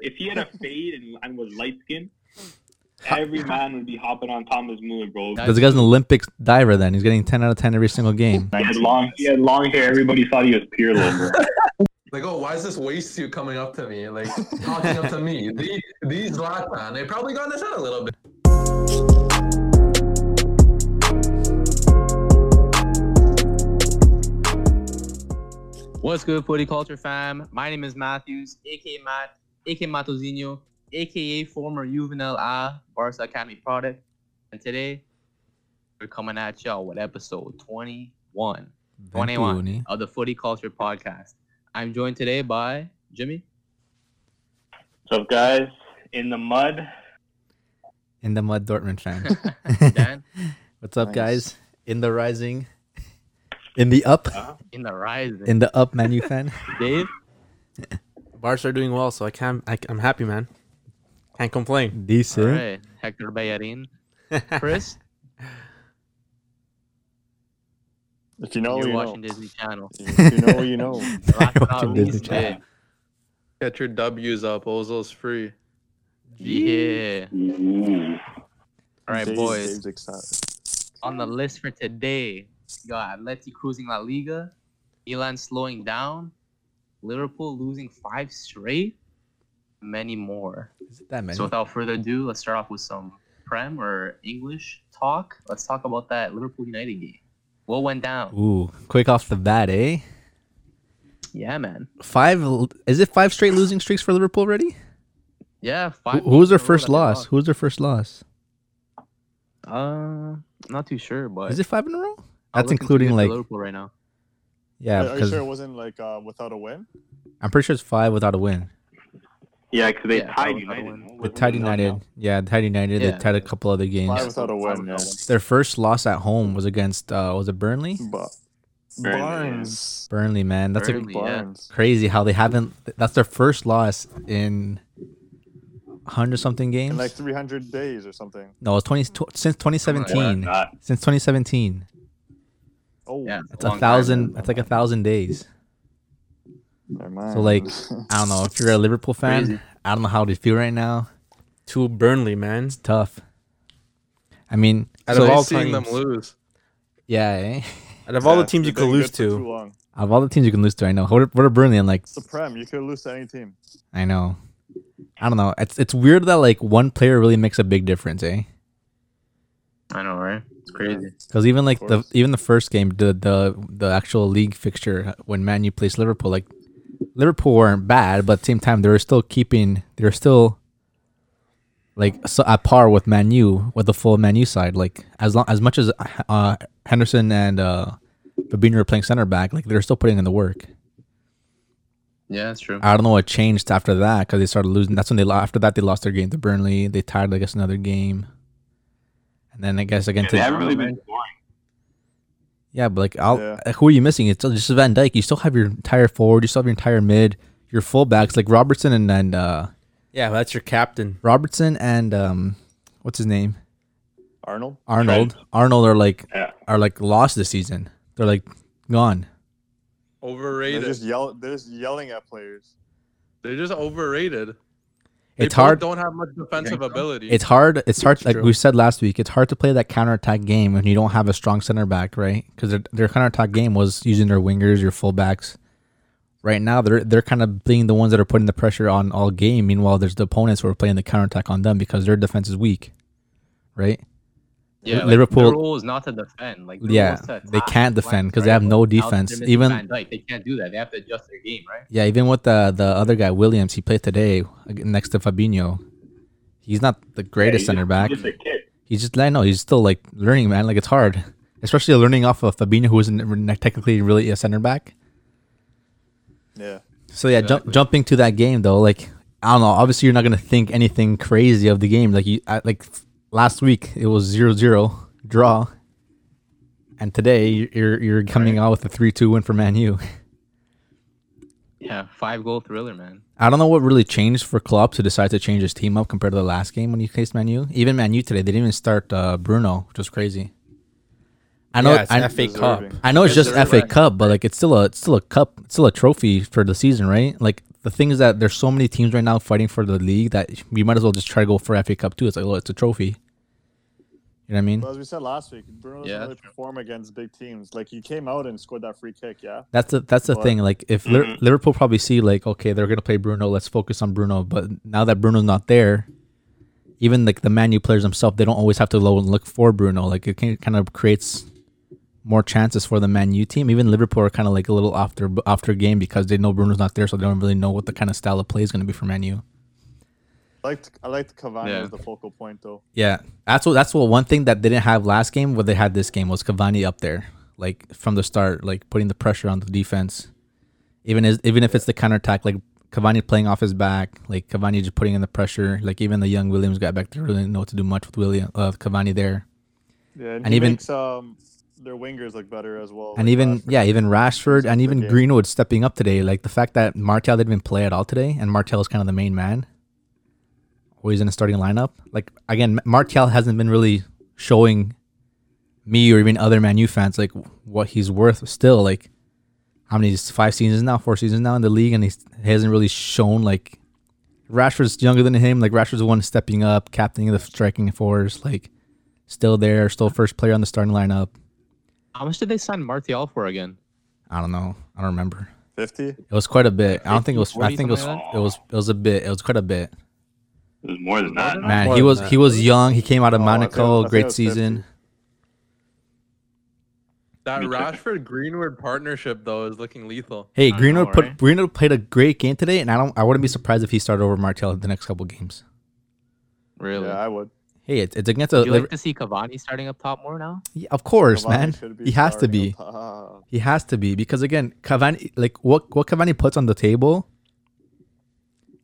if he had a fade and, and was light skinned, every man would be hopping on Thomas Muller, bro. Because the guy's an Olympic diver. Then he's getting ten out of ten every single game. He had long, he had long hair. Everybody thought he was Pirlo, bro. Like, oh, why is this waste you coming up to me? Like, talking up to me. These, these Zlatan, they probably got this out a little bit. What's good, Footy Culture fam? My name is Matthews, aka Matt, aka Matozinho, aka former Juvenile A Barca Academy product. And today, we're coming at y'all with episode 21, 21 Ventuni. of the Footy Culture podcast. I'm joined today by Jimmy. What's up, guys? In the mud. in the mud, Dortmund fan. Dan What's up, Nice. guys? In the rising, in the up, in the rising. in the up, menu fan. Dave, Bars are doing well, so I can't. I, am happy, man. Can't complain. Decent. all right. Hector Bayerin, Chris, If you know, you're you watching know. Disney Channel. If you know, you know. They're Last but watching not Disney least, Channel. Get your W's up. Ozil's free. Yeah. Mm-hmm. All right, Dave's- boys. Dave's excited. on the list for today, you got Atleti cruising La Liga, Milan slowing down, Liverpool losing five straight, many more. Is it that many? So without further ado, let's start off with some Prem or English talk. Let's talk about that Liverpool United game. What went down? Ooh, quick off the bat, eh? Yeah, man. Five. l- Is it five straight losing streaks for Liverpool already? Yeah, five. Who, who was their games in a row first that they loss? Who was their first loss? lost. Uh, not too sure, but Is it five in a row? I'll That's look into including it for like Liverpool right now. yeah, Are- are you because sure it wasn't like uh, without a win? I'm pretty sure it's five without a win. Yeah, because they Yeah, tied that was another United. one. no? With Wasn't Tied it? United, yeah, Tied United, Yeah. they tied a couple other games. Five without a win. Yeah. Their first loss at home was against uh, was it Burnley? But Barely, yeah. Barnes. Burnley, man, that's a Burnley. yeah. Barnes. crazy how they haven't. That's their first loss in hundred something games. In like 300 days or something. no, it's twenty tw- since twenty seventeen. Not- Since twenty seventeen, Oh, Yeah, that's long a time. thousand. That's like a thousand days. never mind. like, I don't know if you're a Liverpool fan. Crazy. I don't know how they feel right now. To Burnley, man. It's tough. I mean, Out so of all seeing teams, them lose. yeah. Eh? out of all Yeah, the teams you they've could been good lose for Too to, long. Out of all the teams you can lose to, I know. What are, what are Burnley? I'm like, It's the Prem. You could lose to any team. I know. I don't know. It's it's weird that like one player really makes a big difference, eh? I know, right? It's crazy. Because even like the course. even the first game, the the the actual league fixture when Man U plays Liverpool, like Liverpool weren't bad, but at the same time they were still keeping they were still like so at par with Man U with the full Man U side. Like as long as much as uh, Henderson and uh, Fabinho were playing center back, like they were still putting in the work. Yeah, that's true. I don't know what changed after that because they started losing. That's when they lo- after that they lost their game to Burnley. They tied, I guess, another game, and then I guess again They to haven't really been scoring. yeah. But like, I'll, Yeah. like, who are you missing? It's still just Van Dyke. You still have your entire forward. You still have your entire mid. Your fullbacks like Robertson and and uh, yeah, that's your captain. Robertson and um, what's his name? Arnold? Arnold. Arnold are like Yeah. are like lost this season. They're like gone. Overrated. They're just, yell- they're just yelling at players. overrated. They It's both hard. don't have much defensive ability. It's hard. It's hard. like true. we said last week, it's hard to play that counterattack game when you don't have a strong center back, right? Because their, their counterattack game was using their wingers, your fullbacks. Right now, they're they're kind of being the ones that are putting the pressure on all game. Meanwhile, there's the opponents who are playing the counterattack on them because their defense is weak, right? Yeah, Liverpool- Like, their role is not to defend. Like their Yeah, role is to they attack can't the defend flanks, 'cause they right? have no Now that they're defense. missing Even- Van Dijk, they can't do that. They have to adjust their game, right? Yeah, even with the the other guy Williams, he played today ag- next to Fabinho. He's not the greatest He's center just- back. he's Just a kid. He's just, I know, he's still like learning, man. Like it's hard, especially learning off of Fabinho, who isn't technically really a center back. Yeah. So yeah, jump, jumping to that game though, like I don't know. Obviously, you're not gonna think anything crazy of the game. Like you, I, like last week, it was 0-0 draw, and today you're you're coming out with a three two win for Man U. Yeah, five goal thriller, man. I don't know what really changed for Klopp to decide to change his team up compared to the last game when he faced Man U. Even Man U today, they didn't even start uh, Bruno, which was crazy. I know, yeah, it's I, FA Cup. Deserving. I know it's just Deserving. FA Cup, but like it's still a it's still a cup, it's still a trophy for the season, right? Like the- the thing is that there's so many teams right now fighting for the league that we might as well just try to go for FA Cup too. It's like, oh, it's a trophy. You know what I mean? Well, as we said last week, Bruno doesn't Yeah, really that's perform against big teams. Like he came out and scored that free kick, yeah. That's the that's the Well- thing. Like if Liver- Liverpool probably see like okay, they're gonna play Bruno. Let's focus on Bruno. But now that Bruno's not there, even like the Man U players themselves, they don't always have to go and look for Bruno. Like it can, kind of creates more chances for the Man U team. Even Liverpool are kind of like a little off their off their game because they know Bruno's not there, so they don't really know what the kind of style of play is gonna be for Man U. I liked I liked Cavani Yeah. as the focal point though. Yeah, that's what that's what one thing that they didn't have last game, what they had this game was Cavani up there, like from the start, like putting the pressure on the defense. Even as even if it's the counter attack, like Cavani playing off his back, like Cavani just putting in the pressure. Like even the young Williams got back there, really didn't know what to do much with William uh, Cavani there, Yeah, and, And he even- makes um their wingers look better as well. and like even Rashford. yeah, even Rashford and the even game. Greenwood stepping up today. Like the fact that Martel didn't even play at all today, and Martel is kind of the main man. Always in the starting lineup. Like again, Martel hasn't been really showing me or even other Man U fans like what he's worth still. Like how many five seasons now, four seasons now in the league, and he's, he hasn't really shown like Rashford's younger than him. Like Rashford's the one stepping up, captaining the striking fours. Like still there, still first player on the starting lineup. How much did they sign Martial for again? I don't know. I don't remember. fifty. It was quite a bit. I don't think it was. I 40, think it was. something like It that? was. It was a bit. It was quite a bit. It was more than that. Not Man, more he than was. that. He was young. He came out of Oh, I think- I Monaco. think it Great was 50. season. That Me too. Rashford Greenwood partnership though is looking lethal. Hey, I know, Greenwood put right? Greenwood played a great game today, and I don't. I wouldn't be surprised if he started over Martel the next couple games. Really? Yeah, I would. Hey, it's, it's against a. Do you like Liver- to see Cavani starting up top more now? Yeah, of course, Cavani man. should be He has to starting be. up top. He has to be because again, Cavani, like what what Cavani puts on the table,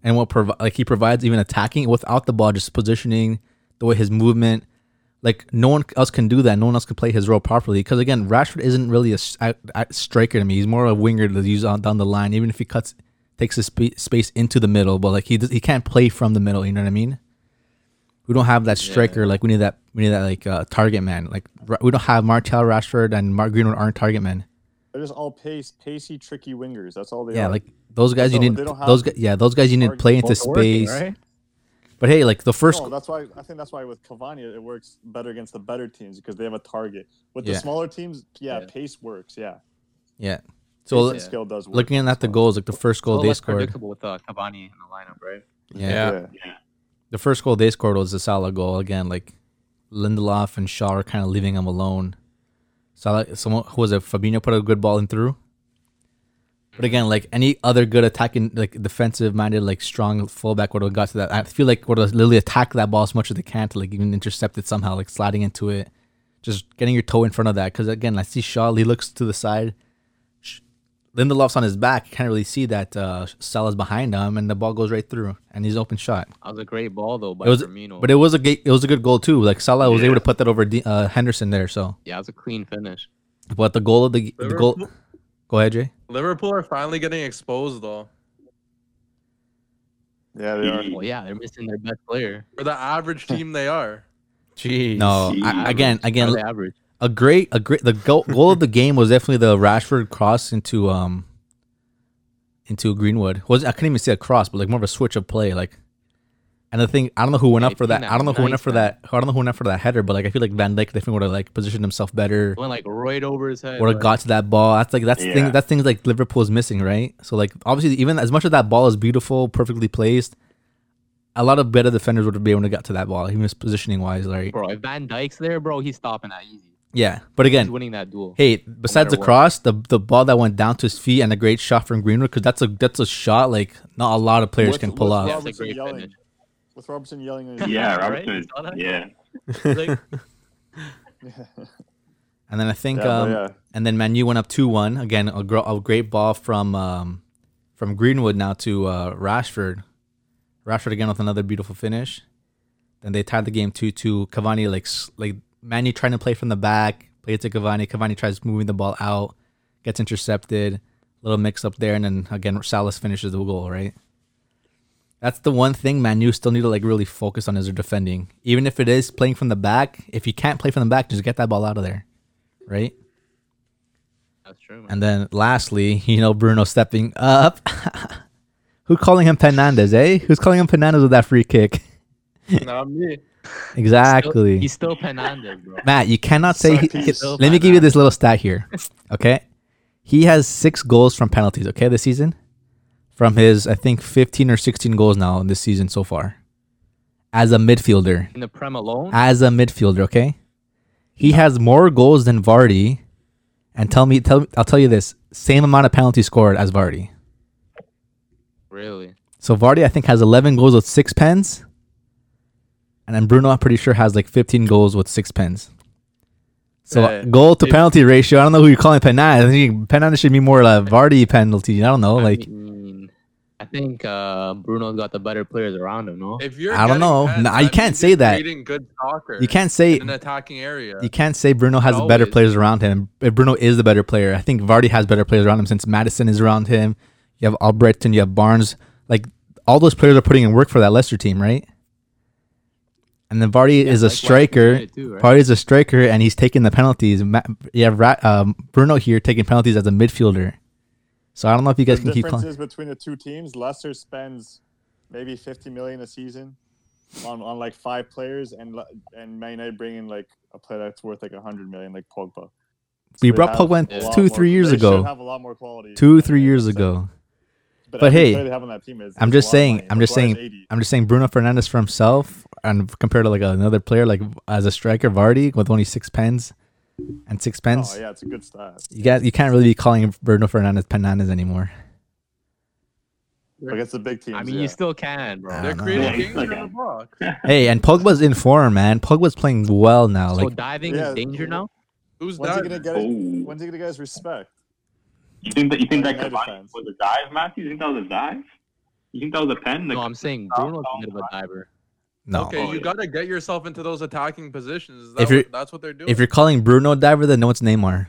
and what provi- like he provides even attacking without the ball, just positioning, the way his movement, like no one else can do that. No one else can play his role properly because again, Rashford isn't really a, s- a- a striker to me. He's more a winger to use on down the line, even if he cuts takes his spa- space into the middle, but like he does, he can't play from the middle. You know what I mean? We don't have that striker. Like we need that. We need that like uh, target man. Like Ra- we don't have Martel, Rashford, and Mark Greenwood aren't target men. They're just all pace, pacey, tricky wingers. That's all they Yeah, are. like those guys you don't- need. they don't have Those guys, yeah, those guys you need to target play into ball space. But hey, like the first, No, that's why I think that's why with Cavani it works better against the better teams because they have a target. With Yeah. the smaller teams, yeah, Yeah. pace works. Yeah, yeah. pace So and yeah. skill does work. looking at the goals, like the first A goal little they less scored. predictable with uh, Cavani in the lineup, right? Yeah. Yeah. the first goal they scored was the Salah goal again. Like Lindelof and Shaw are kind of leaving him alone. Salah, someone who was it? Fabinho put a good ball in through. But again, like any other good attacking, like defensive-minded, like strong fullback would have got to that. I feel like would have literally attacked that ball as much as they can to like even intercept it somehow, like sliding into it, just getting your toe in front of that. Because again, I see Shaw, he looks to the side. Sh- Lindelof's on his back, can't really see that uh, Salah's behind him, and the ball goes right through, and he's open shot. That was a great ball though by It was- Firmino. But it was a ga- it was a good goal too. Like Salah was Yeah. able to put that over D, uh, Henderson there. So, yeah, it was a clean finish. but the goal of the, the goal. Liverpool- Go ahead, Jay. Liverpool are finally getting exposed though. Yeah, they are. Mhm. Well, yeah, they're missing their best player. For the average team they are. Jeez. No, I, Average. again, Are again, they average. a great, a great. The goal, goal of the game was definitely the Rashford cross into um into Greenwood. Was I couldn't even say a cross, but like more of a switch of play. Like, and the thing, I don't know who went up for Hey, that. I don't know who went up nice, for man. that. I don't know who went up for that header, but like I feel like Van Dijk definitely would have like positioned himself better. It went like right over his head. would have like- got to that ball. That's like that's the Yeah. thing. That's things like Liverpool's missing, right? So like obviously, even as much as that ball is beautiful, perfectly placed, a lot of better defenders would have been able to get to that ball, even just positioning wise, right? bro. If Van Dyke's there, bro, he's stopping that easy. Yeah, but He's again, winning that duel. hey, besides the what. cross, the the ball that went down to his feet and a great shot from Greenwood, because that's a that's a shot like not a lot of players With- can pull with off. Yeah, it's a Robertson great yelling. finish. With Robertson yelling, in his Yeah, Right? Robertson. is- Saw that? Yeah, Like, And then I think, Yeah, um, but yeah. and then Manu went up two one again. A, gr- a great ball from um, from Greenwood now to uh, Rashford. Rashford again with another beautiful finish. Then they tied the game two two. Cavani like s- like Manu trying to play from the back, play it to Cavani. Cavani tries moving the ball out, gets intercepted. Little mix up there, and then again Salas finishes the goal. Right. That's the one thing Manu still need to like really focus on is their defending. Even if it is playing from the back, if you can't play from the back, just get that ball out of there, right? that's true. Man. And then lastly, you know, Bruno stepping up, Who's calling him Fernandez, eh? Who's calling him Fernandez with that free kick? Not me. Exactly. He's still Fernandez, bro. Matt, you cannot say. He, Sorry, he's so let me bad give you at this little stat here. Okay, he has six goals from penalties. Okay, this season, from his I think fifteen or sixteen goals now in this season so far, as a midfielder. In the Prem alone, As a midfielder, okay, he has more goals than Vardy, and tell me, tell I'll tell you this: same amount of penalties scored as Vardy. really? So Vardy, I think, has eleven goals with six pens, and then Bruno, I'm pretty sure, has like fifteen goals with six pens. So Yeah. goal to If- penalty ratio. I don't know who you're calling Fernandez. I think Fernandez should be more like Vardy penalty. I don't know. Like I mean, I think uh, Bruno's got the better players around him, no? If you're I don't getting know. pens, No, you that can't means say you're that. creating good soccer you can't say in an attacking area. you can't say Bruno has Not better always. players around him. If Bruno is the better player, I think Vardy has better players around him since Madison is around him. You have Albrecht and you have Barnes. Like all those players are putting in work for that Leicester team, right? And then Vardy is a like West striker. United too, right? Vardy is a striker, and he's taking the penalties. Ma- you have Ra- um, Bruno here taking penalties as a midfielder. So I don't know if you guys the can keep calling. differences between the two teams. Leicester spends maybe 50 million a season on, on like five players, and Le- and Man United bring in like a player that's worth like 100 million, like Pogba. We they brought have Pogba in a lot two, more- three years they should ago. Have a lot more quality. Two, than three they years have. ago. But, But every hey, player they have on that team is, I'm is a just lot of saying- money. I'm just Pogba has saying- 80. I'm just saying Bruno Fernandez for himself and compared to like another player like as a striker Vardy with only six pens and six pens. Oh yeah, it's a good stat. You guys, you can't really be calling Bruno Fernandez Fernandez anymore. Against the big teams. I mean, yeah. you still can, bro. I They're don't know. creating Yeah, he's games like around a- the block. Hey, and Pogba's in form, man. Pogba's playing well now. so Like diving Yeah. is danger now? Who's when's he that? gonna get? it- Oh. When's he gonna get his respect? You think that you think that United Cavani fans. was a dive, Matthew? You think that was a dive? You think that was a pen? Like, No, I'm saying Oh, Bruno's oh, a bit of a diver. no, Okay, Oh, you yeah. gotta get yourself into those attacking positions. Is If that you're- what, that's what they're doing. if you're calling Bruno diver, then no, it's Neymar.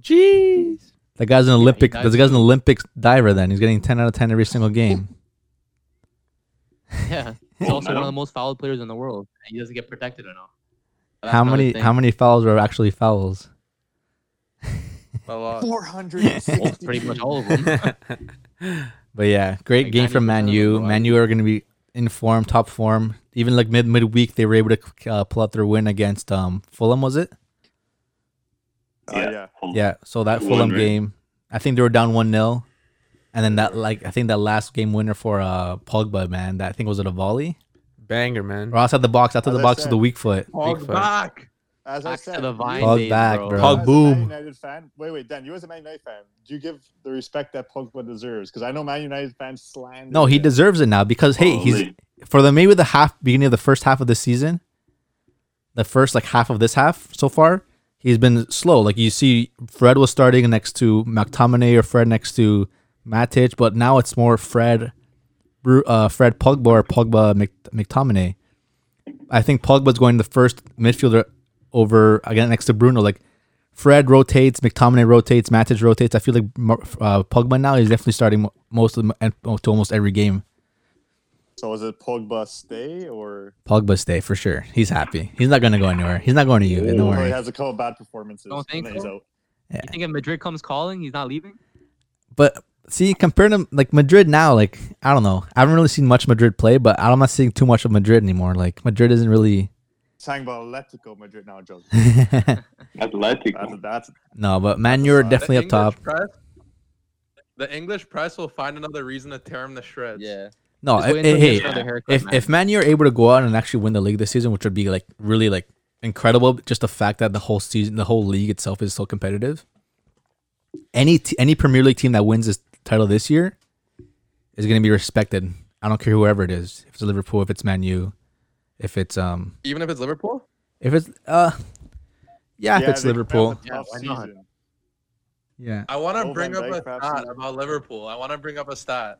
Jeez. That guy's an Olympic. dives This guy's an Olympic diver. Then he's getting ten out of ten every single game. Yeah. He's also one of the most fouled players in the world. And he doesn't get protected enough. That's how another many? thing. How many fouls are actually fouls? a lot. Four hundred. Almost pretty much all of them. But yeah, great Like game from 90% of Man them U. go out. Man U are going to be in form, top form. Even like mid midweek, they were able to uh, pull out their win against um Fulham. Was it? Yeah. Oh, yeah. Yeah. So that Fulham, Fulham right? game, I think they were down one 0 and then that like I think that last game winner for uh Pogba, man. That I think was it a volley Banger, man. or outside the box, outside As the I box to said- the weak foot. Pogba. fight. back. As I Back to said, the you- vine Pog days, back, bro. bro. As Pog a Man boom. United fan, wait, wait, Dan, you as a Man United fan, do you give the respect that Pogba deserves? Because I know Man United fans slander. No, he him. deserves it now because hey, he's for the maybe the half beginning of the first half of the season, the first like half of this half so far, he's been slow. Like you see, Fred was starting next to McTominay or Fred next to Matic, but now it's more Fred, Bru- uh, Fred Pogba or Pogba Mc, McTominay. I think Pogba's going the first midfielder over again next to Bruno. Like Fred rotates, McTominay rotates, Matic rotates. I feel like Mar- uh, Pogba now is definitely starting mo- most of the, and to almost every game. So is it Pogba stay or Pogba stay for sure. He's happy. He's not gonna go anywhere. He's not going to you. Don't Or he worry. has a couple bad performances? Don't think and then so. he's out. You think if Madrid comes calling, he's not leaving? But see, compared to like Madrid now, like I don't know. I haven't really seen much Madrid play, but I'm not seeing too much of Madrid anymore. Like Madrid isn't really. Talking about Atletico Madrid now, Joe. Athletic. That's that's no, but Man, you're The definitely up top. Press, the English press will find another reason to tear him to shreds. Yeah. No, Just eh, wait eh, until he hey, gets another haircut, if man. if Man, you're able to go out and actually win the league this season, which would be like really like incredible. Just the fact that the whole season, the whole league itself is so competitive. Any t- any Premier League team that wins this title this year is going to be respected. I don't care whoever it is. If it's Liverpool, if it's Man U, if it's um, Even if it's Liverpool, if it's uh, yeah, if yeah, it's they- Liverpool, that was a tough Yeah, why not? season. yeah. I want to Van bring up Dijk a perhaps stat is- about Liverpool. I want to bring up a stat.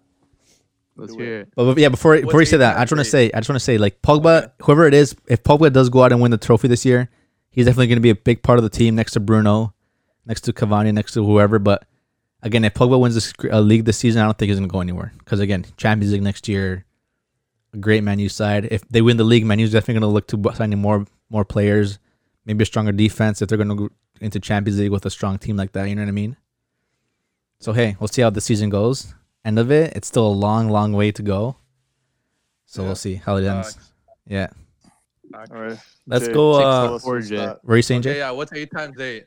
Let's Do it. hear it. But, but yeah, before before you What's say that, Adrian's I just want to rate? say I just want to say like Pogba, Okay. whoever it is, if Pogba does go out and win the trophy this year, he's definitely going to be a big part of the team next to Bruno, next to Cavani, next to whoever. But again, if Pogba wins this uh, league this season, I don't think he's going to go anywhere because again, Champions League next year, a great Man U side. If they win the league, Man U's definitely going to look to bu- signing more more players, maybe a stronger defense if they're going to go into Champions League with a strong team like that. You know what I mean? So hey, we'll see how the season goes. end of it, it's still a long, long way to go. So Yeah. Uh, we'll see how it ends. Facts. Yeah. Facts. All right. Let's go, Jay, uh, tell us Or what's Jay. that. What are you saying, Okay, Jay? yeah, what's 8 times 8?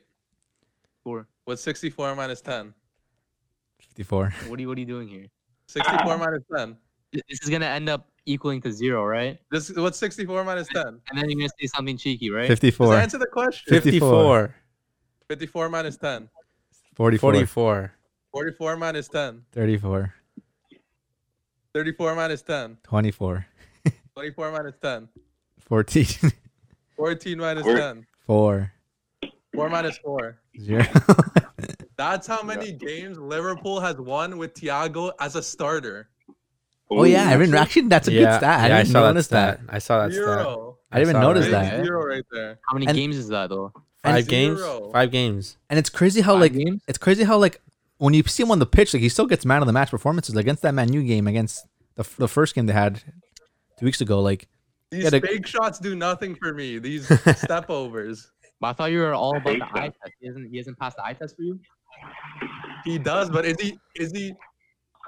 Four. What's 64 minus 10? 54. What are you What are you doing here? 64 minus 10. Th- This is gonna end up equaling to zero, right? This What's 64 minus 10? And then you're gonna say something cheeky, right? 54. answer the question. 54. 54. 54 minus 10. 44. 44. 44 minus 10. 34. 34 minus 10. 24. 24 minus 10. 14. 14 minus Four. 10. 4. 4 minus 4. 0. That's how many games Liverpool has won with Thiago as a starter. oh, yeah. I mean, actually, that's a good stat. I yeah, didn't I saw that notice that. stat. I saw that stat. Zero. I didn't even saw notice Big that. that. Zero right there. How many And- games is that though? Five games. Zero. Five games. And it's crazy how, Five like, games? it's crazy how, like, when you see him on the pitch, like, he still gets man of the match performances against that Man U game, against the, the first game they had two weeks ago. Like, These Yeah, the- big shots do nothing for me. These step overs. But I thought you were all about hate the that. eye test. He hasn't. He hasn't passed the eye test for you. He does, but is he is he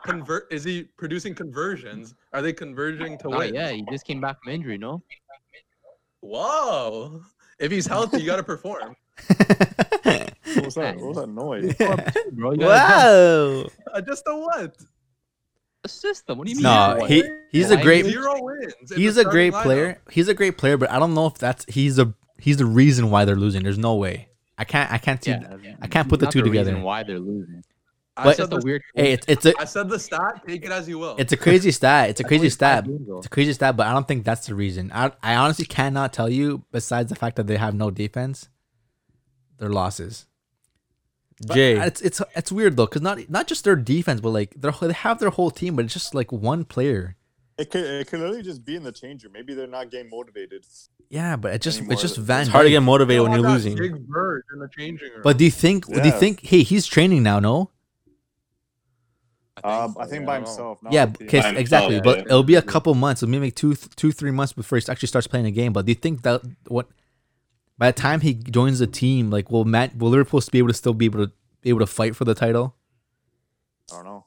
convert is he producing conversions? Are they converging to Oh win? yeah, he just came back from injury. No. Whoa. If he's healthy, you gotta perform. What was that? What was that noise? Bro, you gotta Wow. Uh, just a what? the system. What do you mean? no, what? he he's a Why great Zero wins. in he's the a great starting lineup. player. He's a great player, but I don't know if that's he's a he's the reason why they're losing. There's no way. I can't I can't see. Yeah, I can't put the not two reason together. Why they're losing? I It's said just a the, weird. Hey, it's it's a I said the stat. Take it as you will. it's a crazy stat. It's a That's crazy only five stat. games, though. It's a crazy stat, but I don't think that's the reason. I I honestly cannot tell you besides the fact that they have no defense, their losses. But Jay. it's it's it's weird though, because not not just their defense, but like their whole- they have their whole team, but it's just like one player. It could it could literally just be in the changer. Maybe they're not getting motivated. Yeah, but it's just Anymore. it's just It's Van. It's hard to Dijk. get motivated when Oh How you're about losing. Big Bird in the changing room. But do you think? Do you Yeah. think? Hey, he's training now, no? Um, I think by I don't know. himself. not yeah, with the- okay, By Oh, exactly. himself, but yeah. it'll be a couple months. It'll be maybe two, th- two, three months before he actually starts playing a game. But do you think that what by the time he joins the team, like will Matt will Liverpool be able to still be able to be able to fight for the title? I don't know.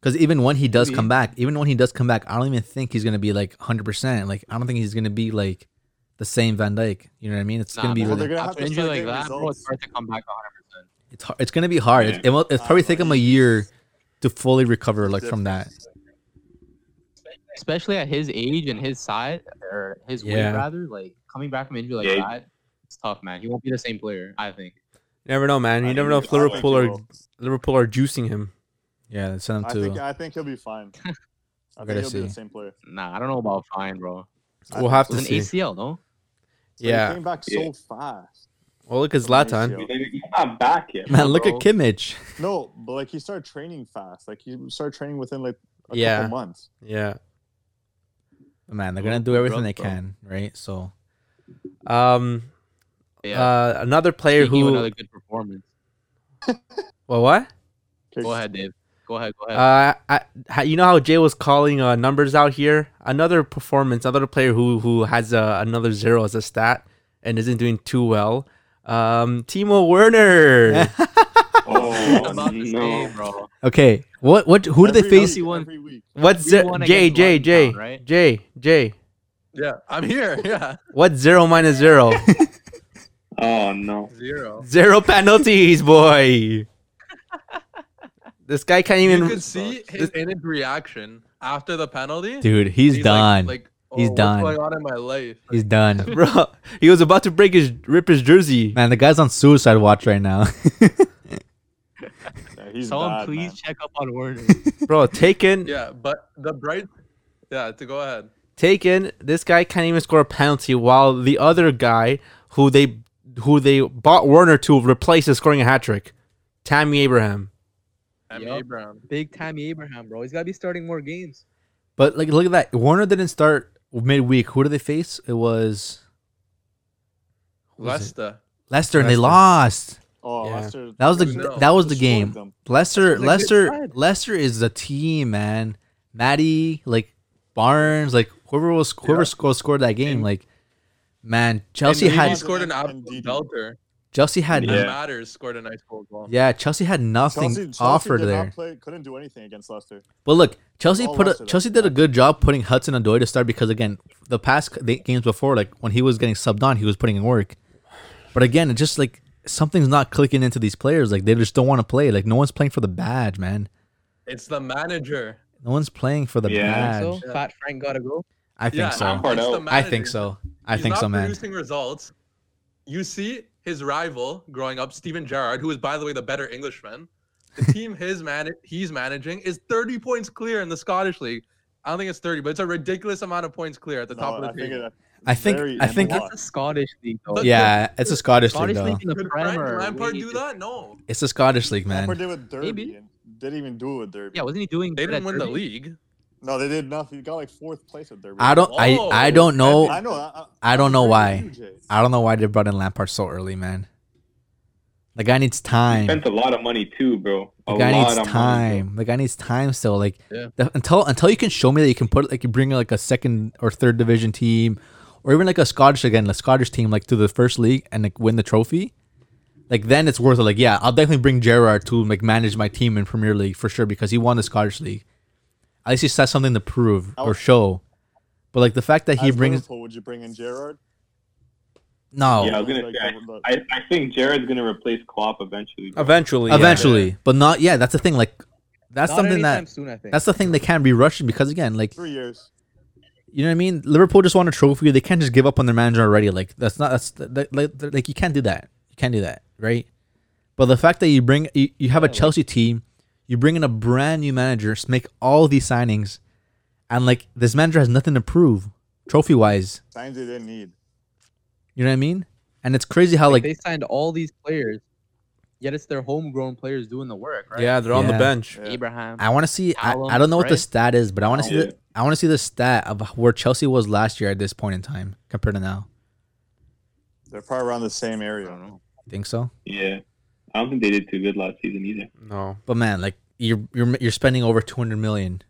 Because even when he does Maybe. come back, even when he does come back, I don't even think he's gonna be like hundred percent. Like I don't think he's gonna be like the same Van Dyke. You know what I mean? It's Nah, gonna be but Well, really, they're gonna have After to injury start like getting that, bro, it's results. hard to come back 100. percent it's hard, it's gonna be hard. It, it will it's probably take him a year to fully recover like from that. Especially at his age and his size, or his Yeah. weight rather. Like coming back from injury like Yeah. that, it's tough, man. He won't be the same player. I think. Never know, man. You I never think know he's if all like, Liverpool you are know, Liverpool are juicing him. Yeah, send him I to. think I think he'll be fine. I gotta think he'll be see. the same player. Nah, I don't know about fine, bro. I We'll think have It so. to was an see. ACL, no? But He Yeah. came back Yeah. so fast. Well, look at Vinicius. Zlatan. He's not back yet. Man, look at bro. Kimmich. No, but like he started training fast. Like he started training within like a Yeah. couple months. Yeah. Man, they're gonna do everything they can, right? So Um. Yeah. Uh. Another player He gave who. another good performance. Well, what? Okay, Go ahead, Dave. Go ahead. Go ahead. Uh, I, ha- you know how Jay was calling uh, numbers out here. Another performance, another player who who has uh, another zero as a stat and isn't doing too well. Um, Timo Werner. Oh, about the no. same, bro. Okay, what what who do they Every- face? Every, one- every week. What's We ze- won Jay against Jay London Jay Town, right? Jay Jay? yeah, I'm here. Yeah, What's zero minus zero? Oh, no. zero. zero penalties, boy. this guy can't You even. could see his, in his reaction after the penalty. Dude, he's, like- done. Like, oh, He's what's done. going on in my life? he's done. Bro, he was about to break his rip his jersey. Man, the guy's on suicide watch right now. Yeah, he's Someone bad, please man. check up on Werner. Bro, taken Yeah, but the bright. Yeah, to go ahead. taken. This guy can't even score a penalty, while the other guy who they who they bought Werner to replace is scoring a hat trick. Tammy Abraham. I'm Yup. E Brown. Big time Abraham, bro. He's gotta be starting more games. but like, look at that. Warner didn't start midweek. Who do they face? It was Who's it? Leicester. Leicester, and they Leicester. lost. Oh, Yeah. Lester, That was the No. that was the destroyed game. them. Leicester, good Leicester, side. Leicester is the team, man. Maddie, like Barnes, like whoever was whoever sco- scored that game, And- like man, Chelsea And had he scored an And absolute Didi. belter. Chelsea had It Yeah. matters. Scored a nice goal. as well. yeah, Chelsea had nothing Chelsea, Chelsea offered did there. Not play, couldn't do anything against Leicester. But look, Chelsea All put Leicester a, though. Chelsea did a good job putting Hudson Odoi to start because again, the past c- the games before, like when he was getting subbed on, he was putting in work. But again, it's just like something's not clicking into these players. Like they just don't want to play. Like no one's playing for the badge, man. It's the manager. No one's playing for the Yeah. badge. So Fat Frank gotta go. I think yeah, so. I'm- it's the I think manager. so. I He's think not so, man. Producing results. You see his rival growing up, Steven Gerrard, who is by the way the better Englishman. The team his man he's managing is 30 points clear in the Scottish league. I don't think it's 30, but it's a ridiculous amount of points clear at the No, top I of the think table. it- I think- very I think end it- lot. That's a Scottish league though. But- Yeah, it's a Scottish league Scottish though. league in the Could Frank Premier. Lampard we- do that? No, It's a Scottish league, Lampard man. did with Derby Maybe. and didn't even do it with Derby. Yeah, wasn't he doing? they good didn't at win the Derby? league. No, they did nothing. He got like fourth place at Derby. I don't. I I don't know. I know. I, I don't I'm know agreeing why. with you, Jay. I don't know why they brought in Lampard so early, man. The guy needs time. Spent a lot of money too, bro. A The guy lot needs of Money, time. The guy needs time still. Like Yeah. the, until until you can show me that you can put like you bring like a second or third division team, or even like a Scottish again, a Scottish team like to the first league and like win the trophy. Like then it's worth it. Like yeah, I'll definitely bring Gerard to like manage my team in Premier League for sure because he won the Scottish league. At least he has something to prove I or would- show. But like the fact that he As brings Oh. Liverpool, would you bring in Gerrard? no, Yeah, I was gonna Like, say, the- the- I, I think Jared's gonna replace Klopp eventually. bro. Eventually. yeah. eventually, but not yeah. That's the thing. Like that's Not something anytime that soon, I think. that's the thing they can't be rushing because again, like three years. You know what I mean? Liverpool just won a trophy. They can't just give up on their manager already. Like that's not that's that, like, that- like you can't do that. You can't do that, right? But the fact that you bring you, you have a Chelsea team, you bring in a brand new manager, s- make all these signings, and like this manager has nothing to prove trophy wise. Signs they didn't need. You know what I mean? And it's crazy how like like they signed all these players, yet it's their homegrown players doing the work, right? Yeah, they're on Yeah. the bench. Yeah. Abraham. I want to see. I, Callum, I don't know what the right? stat is, but I want to see Yeah. the I want to see the stat of where Chelsea was last year at this point in time compared to now. They're probably around the same area. Think so? Yeah, I don't think they did too good last season either. No. But man, like you're you're you're spending over 200 million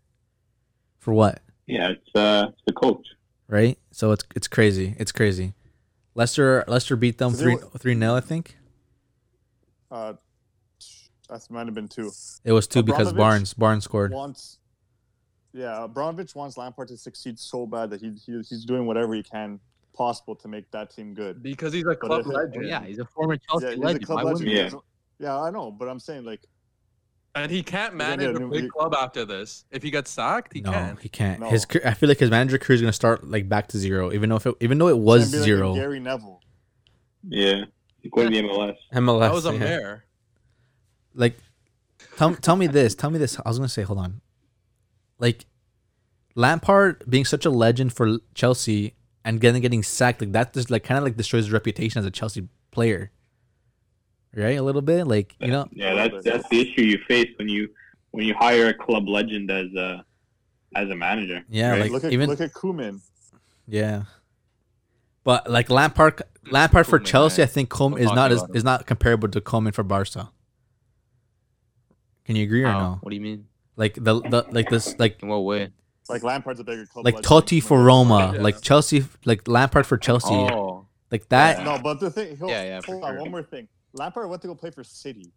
for what? Yeah, it's uh, it's the coach. Right? So it's it's crazy. It's crazy. Leicester Leicester beat them So they 3 were- 3 0, I think. Uh, that might have been two. It was 2 because Abramovich Barnes Barnes scored. Wants, yeah, Abramovich wants Lampard to succeed so bad that he, he he's doing whatever he can possible to make that team good. Because he's a club if it- legend. Oh, yeah, he's a former Chelsea Yeah, he's a legend. Why club wouldn't legend. he? Yeah. yeah, I know, but I'm saying like And he can't gonna manage get a a new- big club after this. If he gets sacked, he no, can't. he can't. No. His career, I feel like his manager career is going to start like back to zero even though if it, even though it was it'd be like a zero. Gary Neville. Yeah, he's going to the MLS. MLS. That was a yeah. mayor. like tell tell me this, tell me this. I was going to say hold on. Like Lampard being such a legend for Chelsea and getting getting sacked like that just like kind of like destroys his reputation as a Chelsea player, right? A little bit, like you know, Yeah, that's that's the issue you face when you when you hire a club legend as a as a manager. yeah, like look at even look at Kuman. yeah. But like Lampard, Lampard for Koeman, Chelsea, man. I think Coleman Don't is talk not as, about him. is not comparable to Coleman for Barca. Can you agree or How? no? What do you mean? Like the, the like this like In what way? Like Lampard's a bigger club. like legend Totti than for Kuman. Roma, Yeah. like Chelsea, like Lampard for Chelsea, Oh, like that. No, but the thing. He'll, Yeah, yeah, for hold on, sure. one more thing. Lampard went to go play for City.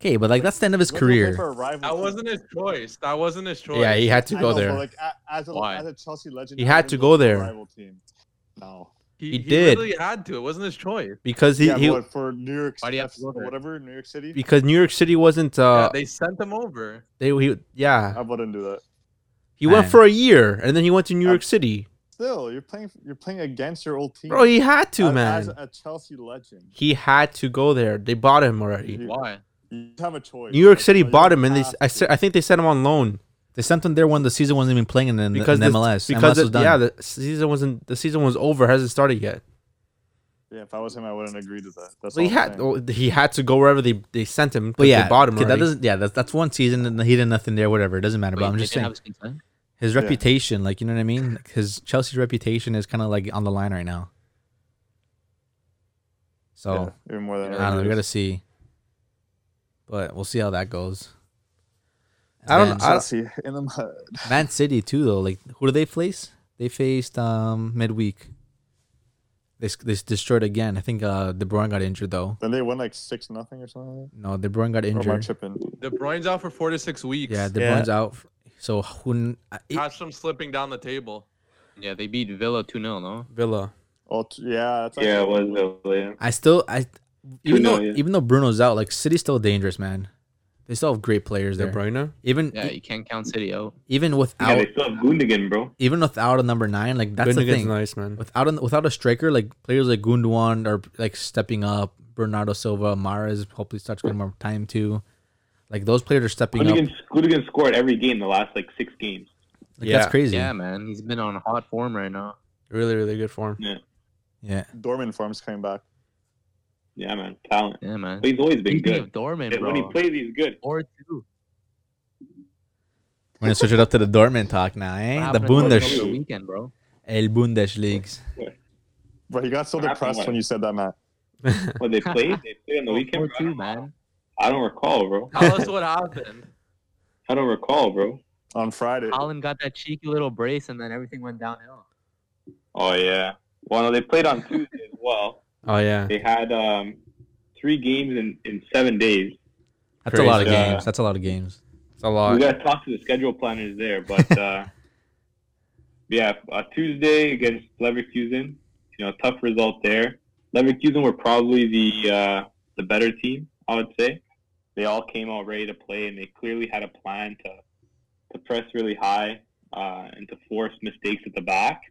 Okay, but like that's the end of his He went to go play career. for a rival That team. wasn't his choice. That wasn't his choice. Yeah, he had to I go know, there. But like a- as a, Why? as a Chelsea legend, He I had wouldn't to go go a there. Rival team. No. He, He He did. literally had to. It wasn't his choice. Because he, yeah, he but for New York Why do you have F- to go there? whatever New York City, because New York City wasn't Yeah, uh they sent him over. they, he, yeah. I wouldn't do that. He Man. went for a year and then he went to New Uh, York City. Still, you're playing you're playing against your old team. Bro, he had to, as, man. As a Chelsea legend, he had to go there. They bought him already. You- why? you have a choice. New York Like, City you bought him, and they, have I, to. se- I think they sent him on loan They sent him there when the season wasn't even playing in, in, because in the- MLS. MLS was Because the- done. yeah, the season wasn't the season was over, hasn't started yet. yeah, if I was him, I wouldn't agree to that. That's So he Oh, all I'm had saying. well, he had to go wherever they, they sent him. but yeah, they bought him okay, that already. doesn't. Yeah, that's that's one season, and he did nothing there. Whatever, it doesn't matter. Wait, but I'm they just didn't saying have his consent? his Yeah. reputation, like you know what I mean. Like, His Chelsea's reputation is kind of like on the line right now. oh. So Yeah, even more than I don't know. We others. gotta see, but we'll see how that goes. I don't And know, I- Chelsea in the mud. Man City too, though. Like, who do they face? They faced um midweek. They s- they s- destroyed again. I think uh De Bruyne got injured though. Then they won like six nothing or something. Like No, De Bruyne got that. Or am I injured. tripping? De Bruyne's out for four to six weeks. Yeah, De Yeah. Bruyne's out. So who? kn- I- it- Catch them slipping down the table. Yeah, they beat Villa 2 0, no? Villa. Oh t- yeah, that's Yeah, it actually- was Villa. I still I even though yeah. even though Bruno's out, like City's still dangerous, man. They still have great players De there. Bruyne. Even Yeah, you can't count City out. even Yeah, without they still have Gundogan, bro. even without a number nine, like that's the Gundogan's thing. nice, man. Without a, without a striker, like players like Gundogan are like stepping up. Bernardo Silva, Mares hopefully starts getting more time too. Like those players are stepping up. Gundogan, Gundogan scored every game the last like six games. Like, Yeah. That's crazy. Yeah, Yeah. man. He's been on hot form right now. Really, really good form. Dorman forms coming back. Yeah, man, talent. Yeah, man. But he's always been Speaking good. of Dorman, And when he bro. plays, he's good. Or two. We're gonna switch it up to the Dortmund talk now, What eh? The happened to Dortmund Bundes, over the weekend, bro. El Bundesliga. But he got so What happened depressed was- when you said that, Matt. When they played, they played on the Or weekend. Bro. two, Oh, man. I don't recall, bro. Tell us what happened. I don't recall, bro. On Friday, Holland got that cheeky little brace, and then everything went downhill. Oh yeah. Well, no, they played on Tuesday as well. Oh yeah. They had um, three games in, in seven days. That's a lot of Crazy. Yeah. games. That's a lot of games. It's a we lot. got to talk to the schedule planners there, but uh, yeah, uh, Tuesday against Leverkusen, you know, tough result there. Leverkusen were probably the uh, the better team, I would say. They all came out ready to play, and they clearly had a plan to to press really high uh, and to force mistakes at the back.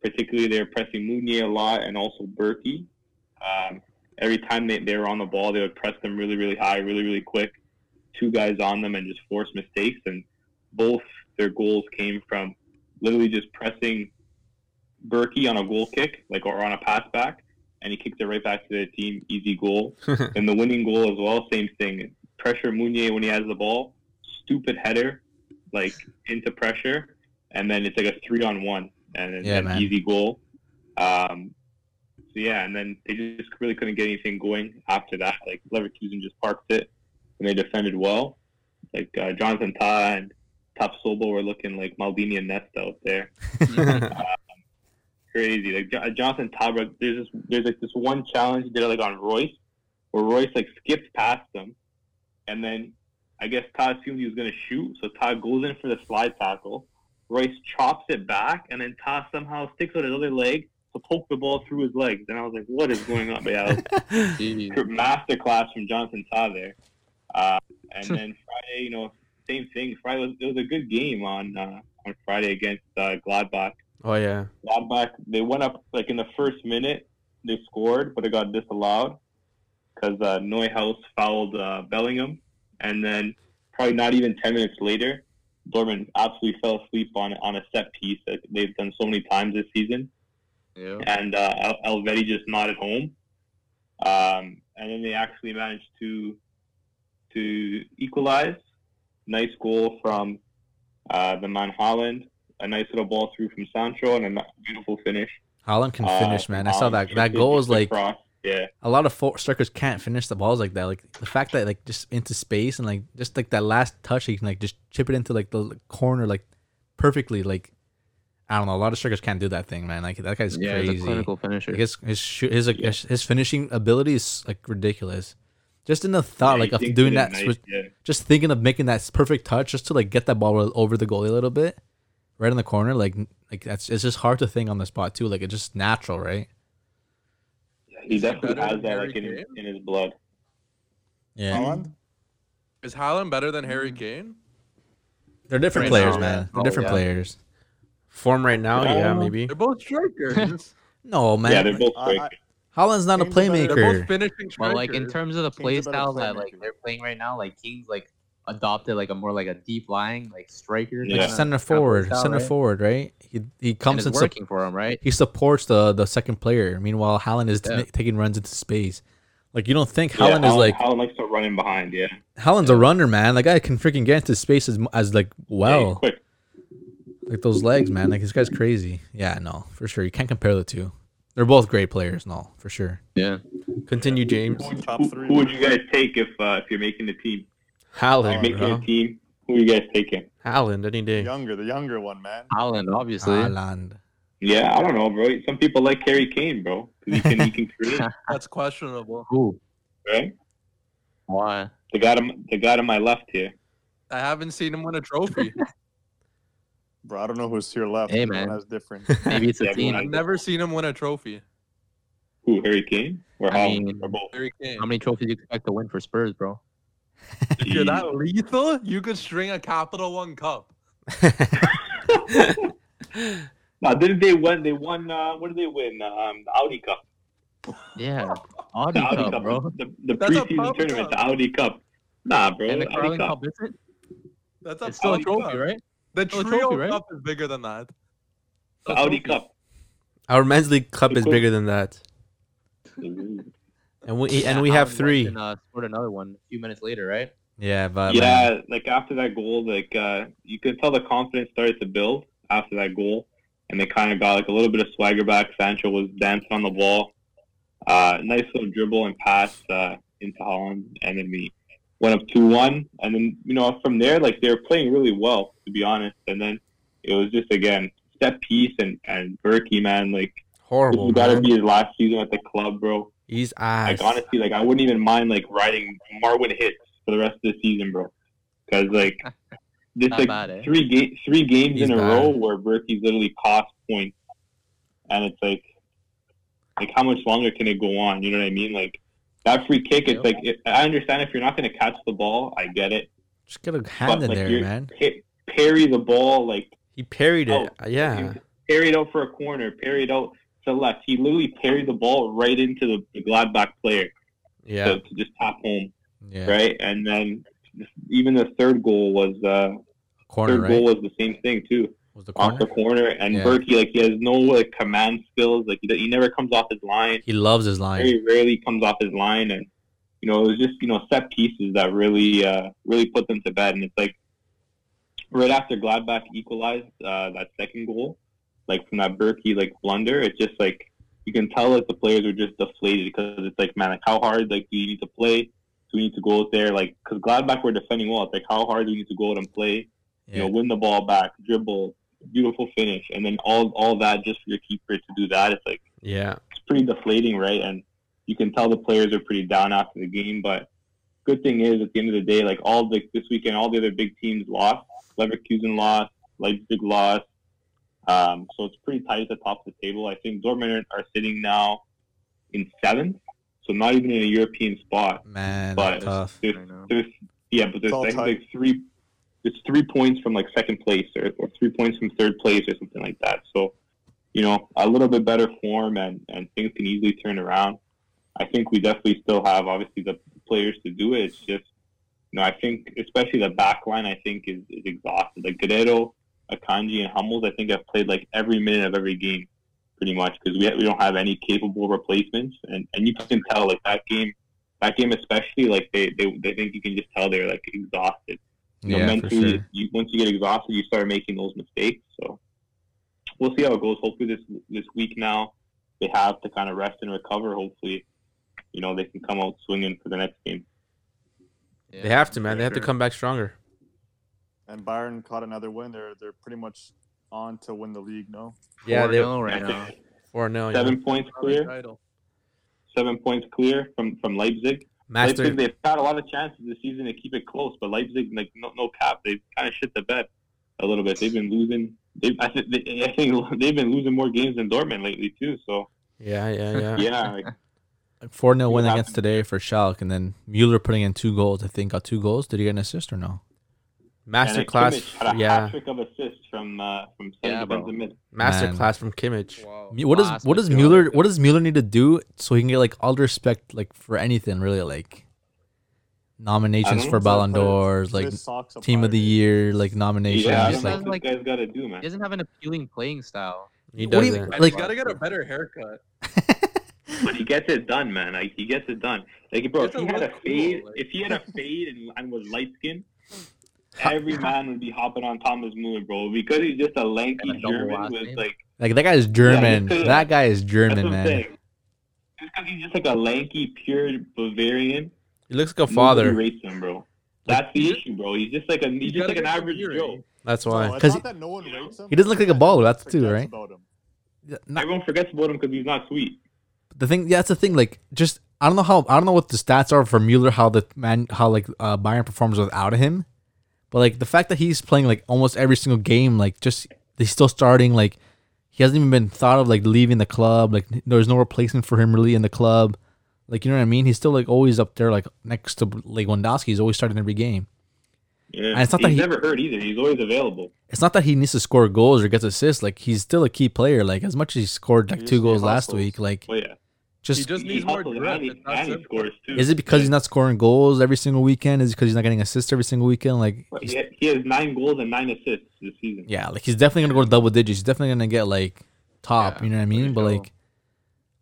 Particularly, they were pressing Mounier a lot and also Berkey. Um, every time they, they were on the ball, they would press them really, really high, really, really quick two guys on them and just force mistakes. And both their goals came from literally just pressing Berkey on a goal kick, like or on a pass back, and he kicked it right back to the team, easy goal. and the winning goal as well, same thing. Pressure Mounier when he has the ball, stupid header, like into pressure, and then it's like a three on one and then Yeah, an man. easy goal. Um, so yeah, and then they just really couldn't get anything going after that. Like Leverkusen just parked it and they defended well. Like uh, Jonathan Ta and Tapsoba were looking like Maldini and Nesta out there Um, crazy. Like Jo- Jonathan Tabra, there's this there's like this one challenge he did like on Royce, where Royce like skipped past him, and then I guess Todd assumed he was gonna shoot, so Todd goes in for the slide tackle. Royce chops it back, and then Todd somehow sticks out his other leg to poke the ball through his legs. And I was like, what is going on? But yeah, it was Jeez. master class from Jonathan Todd there. Uh, and then Friday, you know, same thing. Friday was it was a good game on uh, on Friday against uh, Gladbach. oh yeah. Gladbach, they went up like in the first minute, they scored, but it got disallowed because uh, Neuhaus fouled uh, Bellingham, and then probably not even ten minutes later, Dortmund absolutely fell asleep on on a set piece that they've done so many times this season Yeah. and uh, El- Elvedi just nodded home. Um, and then they actually managed to to equalize. Nice goal from uh, the man Holland. A nice little ball through from Sancho and a ni- beautiful finish. Holland can uh, finish, man. I saw Holland. that. That goal was like Across. yeah, a lot of for- strikers can't finish the balls like that. Like the fact that like just into space and like just like that last touch, he can like just chip it into like the corner like perfectly. Like I don't know, a lot of strikers can't do that thing, man. Like that guy's Yeah, crazy. he's a clinical finisher. Like, his his shoot- his, like, his his finishing ability is like ridiculous. Just in the thought, Yeah, like he of thinks doing it that, is nice, switch- yeah. just thinking of making that perfect touch, just to like get that ball over the goalie a little bit, right in the corner, like like that's it's just hard to think on the spot too. Like it's just natural, right? he Is he definitely better has than that Harry like in his, Kane? in his blood. Yeah, Holland. Is Haaland better than Harry Mm. Kane? they're different Right players, now, man. yeah. They're Oh, different yeah. players. Form right now, yeah, Um, maybe. They're both strikers. No, man. yeah, they're both I- great. I- Holland's not a Kane's a better- They're They're both playmaker. finishing strikers. But like in terms of the play Kane's a better style that like playmaker. they're playing right now, like King's like adopted like a more like a deep lying like striker. Yeah. Like kinda- center kinda forward, style, center right? forward, right? He he And comes it's and sup- working for him, right? he supports the the second player. Meanwhile, Holland is t- Yeah. taking runs into space. Like you don't think Yeah, Holland is like Holland likes to run in behind. Yeah, Holland's a runner, man. That guy can freaking get into space as, mu- as like Yeah, he's well, quick. like those legs, man. Like this guy's crazy. Yeah, no, for sure. You can't compare the two. They're both great players, no, for sure. Yeah. Continue, James. Top Who, three. who would you guys take if uh, if you're making the team? If you're Haaland, making bro. a team, who are you guys taking? Haaland any day. Younger, the younger one, man. Holland, obviously. Holland. Yeah, I don't know, bro. Some people like Harry Kane, bro. 'cause He can he can create, That's questionable. Who? right? Why? The guy to, the guy to my left here. I haven't seen him win a trophy. Bro, I don't know who's here left. Hey, Everyone man. has different. Maybe it's a Yeah, team. but I've never seen him win a trophy. Who? Harry Kane or I Holland mean- or both? Harry Kane. How many trophies do you expect to win for Spurs, bro? If you're that lethal, you could string a Capital One Cup. No, didn't they win? They won. Uh, what did they win? Um, the Audi Cup. Yeah. Audi The Audi Cup, Cup. bro. The, the That's a preseason proper cup. tournament. The Audi Cup. Nah, bro. And the Audi Carling Cup. Cup, is it? That's a It's still a Audi trophy, Cup. right? The Still a Trio trophy, right? Cup is bigger than that. The It's a Audi trophy. Cup. Our men's league cup is bigger than that, and we and we Yeah, have Haaland three. went And, uh, scored another one a few minutes later, right? Yeah, but man, uh, yeah, like after that goal, like uh, you could tell the confidence started to build after that goal, and they kind of got like a little bit of swagger back. Sancho was dancing on the ball, uh, nice little dribble and pass uh, into Holland, and then we went up two one, and then you know from there, like they were playing really well to be honest, and then it was just again step piece and and Berkey man, like this Horrible. has got to Man. be his last season at the club, bro. He's Like ass. honestly, like I wouldn't even mind like riding Marwin hits for the rest of the season, bro. Because like this Not like bad, eh? three ga- three games He's in a bad. row where Berkey's literally cost points, and it's like like how much longer can it go on? You know what I mean? Like that free kick, it's Yep. like it, I understand if you're not going to catch the ball, I get it. just get a hand in like, there, you're- man. Hit, parry the ball like He parried it. Oh, yeah. parry it out for a corner, parry it out to the left. He literally parried the ball right into the, the Gladbach player Yeah. to, to just tap home. Yeah, right? And then even the third goal was uh, corner, third right? goal was the same thing too, was the off the corner. corner. And Yeah. Berkey, like he has no like command skills, like he, he never comes off his line. He loves his line. Very rarely comes off his line, and you know it was just you know set pieces that really uh, really put them to bed. And it's like right after Gladbach equalized uh, that second goal, like from that Berkey like blunder, it's just like. You can tell that the players are just deflated because it's like, man, like how hard like do you need to play? Do we need to go out there like because Gladbach were defending well? It's like how hard do we need to go out and play? you know, Yeah. win the ball back, dribble, beautiful finish, and then all all that just for your keeper to do that. It's like Yeah. it's pretty deflating, right? And you can tell the players are pretty down after the game. But good thing is at the end of the day, like all the this weekend, all the other big teams lost. Leverkusen lost, Leipzig lost. Um, so it's pretty tight at the top of the table. I think Dortmund are- are sitting now in seventh, so not even in a European spot Man, But- tough. I There's- know. there's yeah, but there's all like, tight. like three. It's three points from like second place, or, or three points from third place, or something like that. So, you know, a little bit better form, and and things can easily turn around. I think we definitely still have obviously the players to do it. It's just, you know, I think especially the back line, I think is, is exhausted. Like Guerrero, Akanji, and Hummels, I think have played like every minute of every game, pretty much, because we we don't have any capable replacements, and and you can tell like that game that game especially, like they, they, they think you can just tell they're like exhausted. You know, Yeah, for mentally, sure. you, once you get exhausted, you start making those mistakes. So we'll see how it goes. Hopefully, this this week now they have to kind of rest and recover. Hopefully, you know they can come out swinging for the next game. They have to, man. They have to sure. come back stronger. and Byron caught another win. They're they're pretty much on to win the league. No, Yeah, they 4-0 right I now. think four no. Oh, Yeah. Seven points clear. Title. Seven points clear from from Leipzig. Master. Leipzig they've had a lot of chances this season to keep it close, but Leipzig like no, no cap, they kind of shit the bed a little bit. They've been losing. They, I, th- they, I think they've been losing more games than Dortmund lately too. So Yeah, yeah, yeah. yeah, like, Four 0 win Yeah. against today for Schalke, and then Mueller putting in two goals. I think got two goals. Did he get an assist or and no? Master then class. Kimmich had a Yeah. hat trick of assists from uh, from center Yeah, bro. defensive mid. Master Man. class from Kimmich. Wow. Mu- What does Last what week, does they Mueller were- what does Mueller need to do so he can get like all the respect like for anything really like nominations know. for It's not Ballon players. d'Ors It's like just socks up Team of the Byron. Year like nominations Yeah, I he's don't like know like- what this guy's got to do, He man. doesn't have an appealing playing style. He What do you- doesn't. And Like- he's got to get a better haircut. But he gets it done, man. Like he gets it done. Like bro, if Doesn't he had a look cool, fade, like- if he had a fade and, and was light skinned Every man would be hopping on Thomas Muller, bro, because he's just a lanky And a double German last with name. like like that guy is German could- that guy is That's German what I'm man saying. Just because he's just like a lanky, pure Bavarian, He looks like nobody a Oh, father. rates him, bro. That's the issue, bro. He's just like a he's He's gotta just like an get some average earring. Joe. That's So why. it's 'Cause not that no one rates him. he doesn't look like a Everyone baller, that's too, forgets right? about him. Not, Everyone forgets about him because he's not sweet. the thing, yeah, that's the thing. Like, just I don't know how I don't know what the stats are for Mueller. How the man, how like uh, Bayern performs without him, but like the fact that he's playing like almost every single game, like just he's still starting. Like he hasn't even been thought of like leaving the club. Like there's no replacement for him really in the club. Like you know what I mean? He's still like always up there, like next to Lewandowski. He's always starting every game. Yeah. And it's not he's that he- never hurt either. He's always available. it's not that he needs to score goals or gets assists. Like he's still a key player. Like as much as he scored like He two just goals last hustles. week, like But Oh, yeah, He just just he needs more hustles grip. and It's he, not and he simple. scores too. is it because he's not scoring goals every single weekend? Is it because he's not getting assists every single weekend? Like But he's- He he has nine goals and nine assists this season. yeah, like he's definitely gonna go double digits. He's definitely gonna get like top. Yeah, you know what I mean? for But sure. like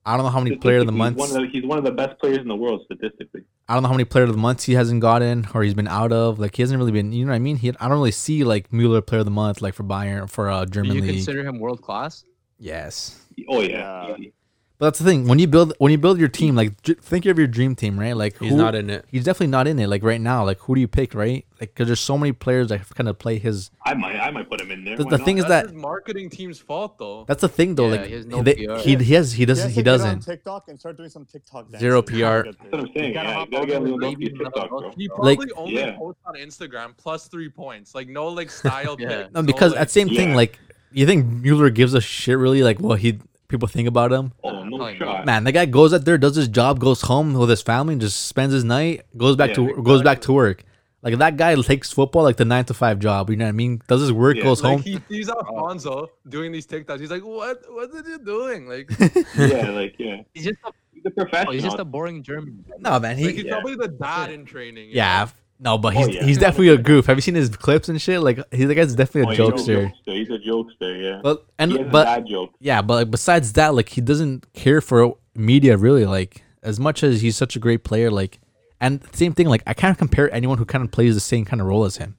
I don't know how many player of the Statistically, he's months. One of the, he's one of the best players in the world statistically. I don't know how many player of the months he hasn't gotten or he's been out of. Like he hasn't really been. You know what I mean? He I don't really see like Mueller player of the month like for Bayern for uh, Do German you league. consider him world class? yes. Oh yeah, Yeah. Easy. But that's the thing when you build when you build your team like j- think of your dream team right like He's who- not in it. he's definitely not in it like right now like who do you pick right like because there's so many players that kind of play his I might I might put him in there. The- Why the not? thing is- That's that- his marketing team's fault though. that's the thing though Yeah, like he has no they- PR. he he has he doesn't has he to get On doesn't TikTok and start doing some TikTok dances. Zero PR. He'll get That's there. what I'm saying. gotta Yeah, hop you gotta on get with Lewandowski maybe to another TikTok, bro. goal. He Like- probably only Yeah. posts on Instagram plus three points, like no like style Yeah. pick. no, because like, that same thing Yeah. like you think Mueller gives a shit really like what he people think about him Oh no Probably shot. man the guy goes out there does his job goes home with his family and just spends his night goes back Yeah, to goes back to work like that guy takes football like the nine to five job you know what I mean does his work Yeah, goes like home he sees Alfonso doing these TikToks. He's like, what? What are you doing? Like, yeah, like yeah. He's just a, He's a professional. oh, he's just a boring German. no man he like he's Yeah. probably the dad in training. you Yeah. f- No, but he's Oh, yeah. he's definitely a goof. Have you seen his clips and shit? Like he's the guy's definitely a Oh, he's jokester. He's a jokester. Yeah. But He and has but a bad joke. yeah, but like, besides that, like he doesn't care for media really. Like as much as he's such a great player, like and same thing. Like I can't compare anyone who kind of plays the same kind of role as him,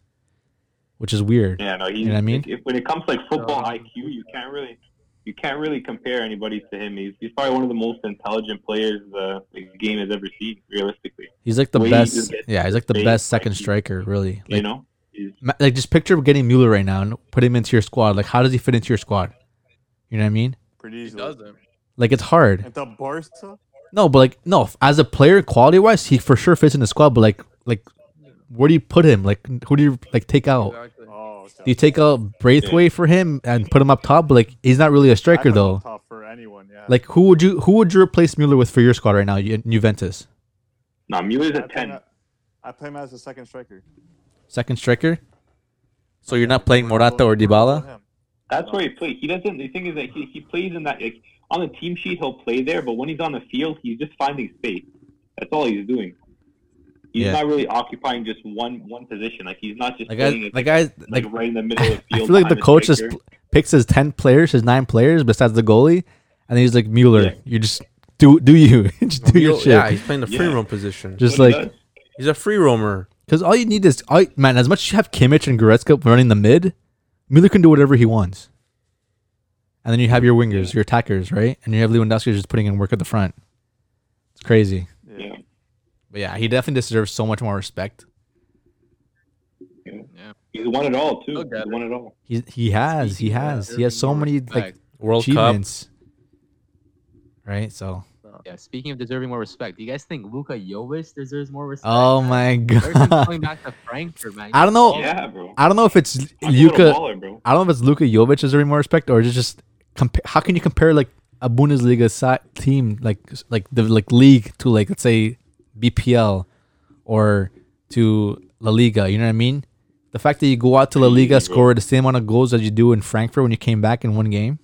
which is weird. Yeah, no. He's, You know what I mean? If, when it comes to like football Um, IQ, you can't really, you can't really compare anybody to him. He's, he's probably one of the most intelligent players uh, the game has ever seen, realistically. He's like the Way he just best. gets Yeah, he's like the space, best like, second he- striker, really. you Like know, he's ma- like just picture getting Mueller right now and put him into your squad. Like how does he fit into your squad? You know what I mean? Pretty He easily. doesn't. Like it's hard. And the Barca, No, but like no, f- as a player quality wise, he for sure fits in the squad. But like like, where do you put him? Like who do you like take out? Exactly. oh, Do you take out Braithwaite for him and put him up top? But like he's not really a striker though. Top for anyone, yeah. Like who would you who would you replace Mueller with for your squad right now? Ju- Juventus no. Mueller's I a play ten. him at- I play him as a second striker. second striker. So you're not playing Morata or Dybala. That's where he plays. He doesn't. The thing is that he, he plays in that like, on the team sheet. He'll play there, but when he's on the field, he's just finding space. That's all he's doing. He's Yeah. not really occupying just one one position. Like he's not just Like playing I, like, like I like, like right in the middle of the I field. feel like the behind coach just striker. pl- picks his ten players, his nine players besides the goalie, and he's like Mueller, Yeah. you just do do you just do your He'll- Yeah, shit. he's playing the free Yeah. roam position. Just What he like does, He's a free roamer. Because all you need is, all, man, as much as you have Kimmich and Goretzka running the mid, Mueller can do whatever he wants. And then you have your wingers, your attackers, right? And you have Lewandowski just putting in work at the front. It's crazy. yeah. But yeah, he definitely deserves so much more respect. He's won it all too. Look at He's won it all. He he has, he has, he has so many like Respect. World Cup. achievements, right? So, yeah. Speaking of deserving more respect, do you guys think Luka Jovic deserves more respect? oh my Ever since god, going back to Frankfurt, man. I don't know, Yeah, bro. I don't know if it's I'm a little Luka. baller, bro. I don't know if it's Luka Jovic deserving more respect or is it just compa- how can you compare like a Bundesliga si- team like like the like league to like let's say BPL or to La Liga, you know what I mean? The fact that you go out to La Pretty easy, Liga bro. score the same amount of goals as you do in Frankfurt when you came back in one game.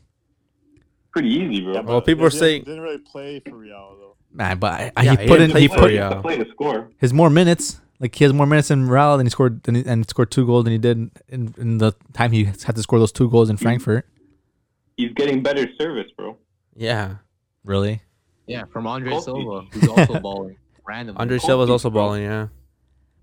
Pretty easy, bro. Well, people are didn't, saying- didn't really play for Real though. Man, but I, I- Yeah, he he put in didn't he play for put you. to play to score. his more minutes. Like he has more minutes in Real than he scored than he, and scored two goals than he did in, in the time he had to score those two goals Mm-hmm. in Frankfurt. He's getting better service, bro. Yeah. Really? Yeah, from Andre Kovacic. Silva, who's also balling randomly. Andre Silva's Kovacic, also bro. balling, yeah.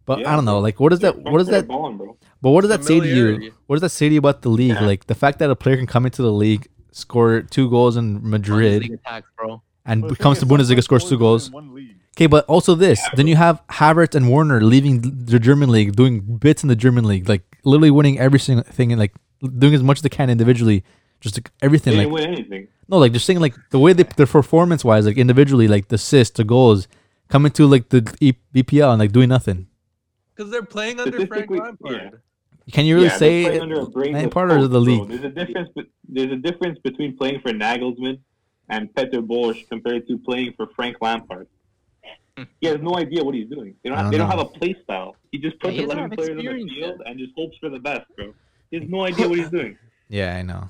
But Yeah, I don't know. bro. Like, what is that? What is They're that? Balling, bro. But what does that say to you? Familiarity. What does that say to you about the league? Yeah. Like the fact that a player can come into the league, score two goals in Bundesliga Madrid, attacks, bro. and Well, the thing comes to is, sometimes Bundesliga, scores two only win goals. in One league. Okay, but also this. Then you have Havertz and Warner leaving the German league, doing bits in the German league, like literally winning every single thing and like doing as much as they can individually, just like, They everything. didn't Like win anything. No, like they're saying like the way they their performance wise, like individually, like the assists, the goals, coming to like the E- EPL and like doing nothing. because they're playing under Frank Statistically, Lampard. yeah. Can you really Yeah, say they're playing under a brainless any part of coach, the bro. league? There's a difference. be- There's a difference between playing for Nagelsmann and Peter Bosch compared to playing for Frank Lampard. He has no idea what he's doing. They don't. I Have, don't they don't know. have a play style. He just puts Yeah, he doesn't eleven have players on the experience field and just hopes for the best, bro. He has no idea what he's doing. Yeah, I know.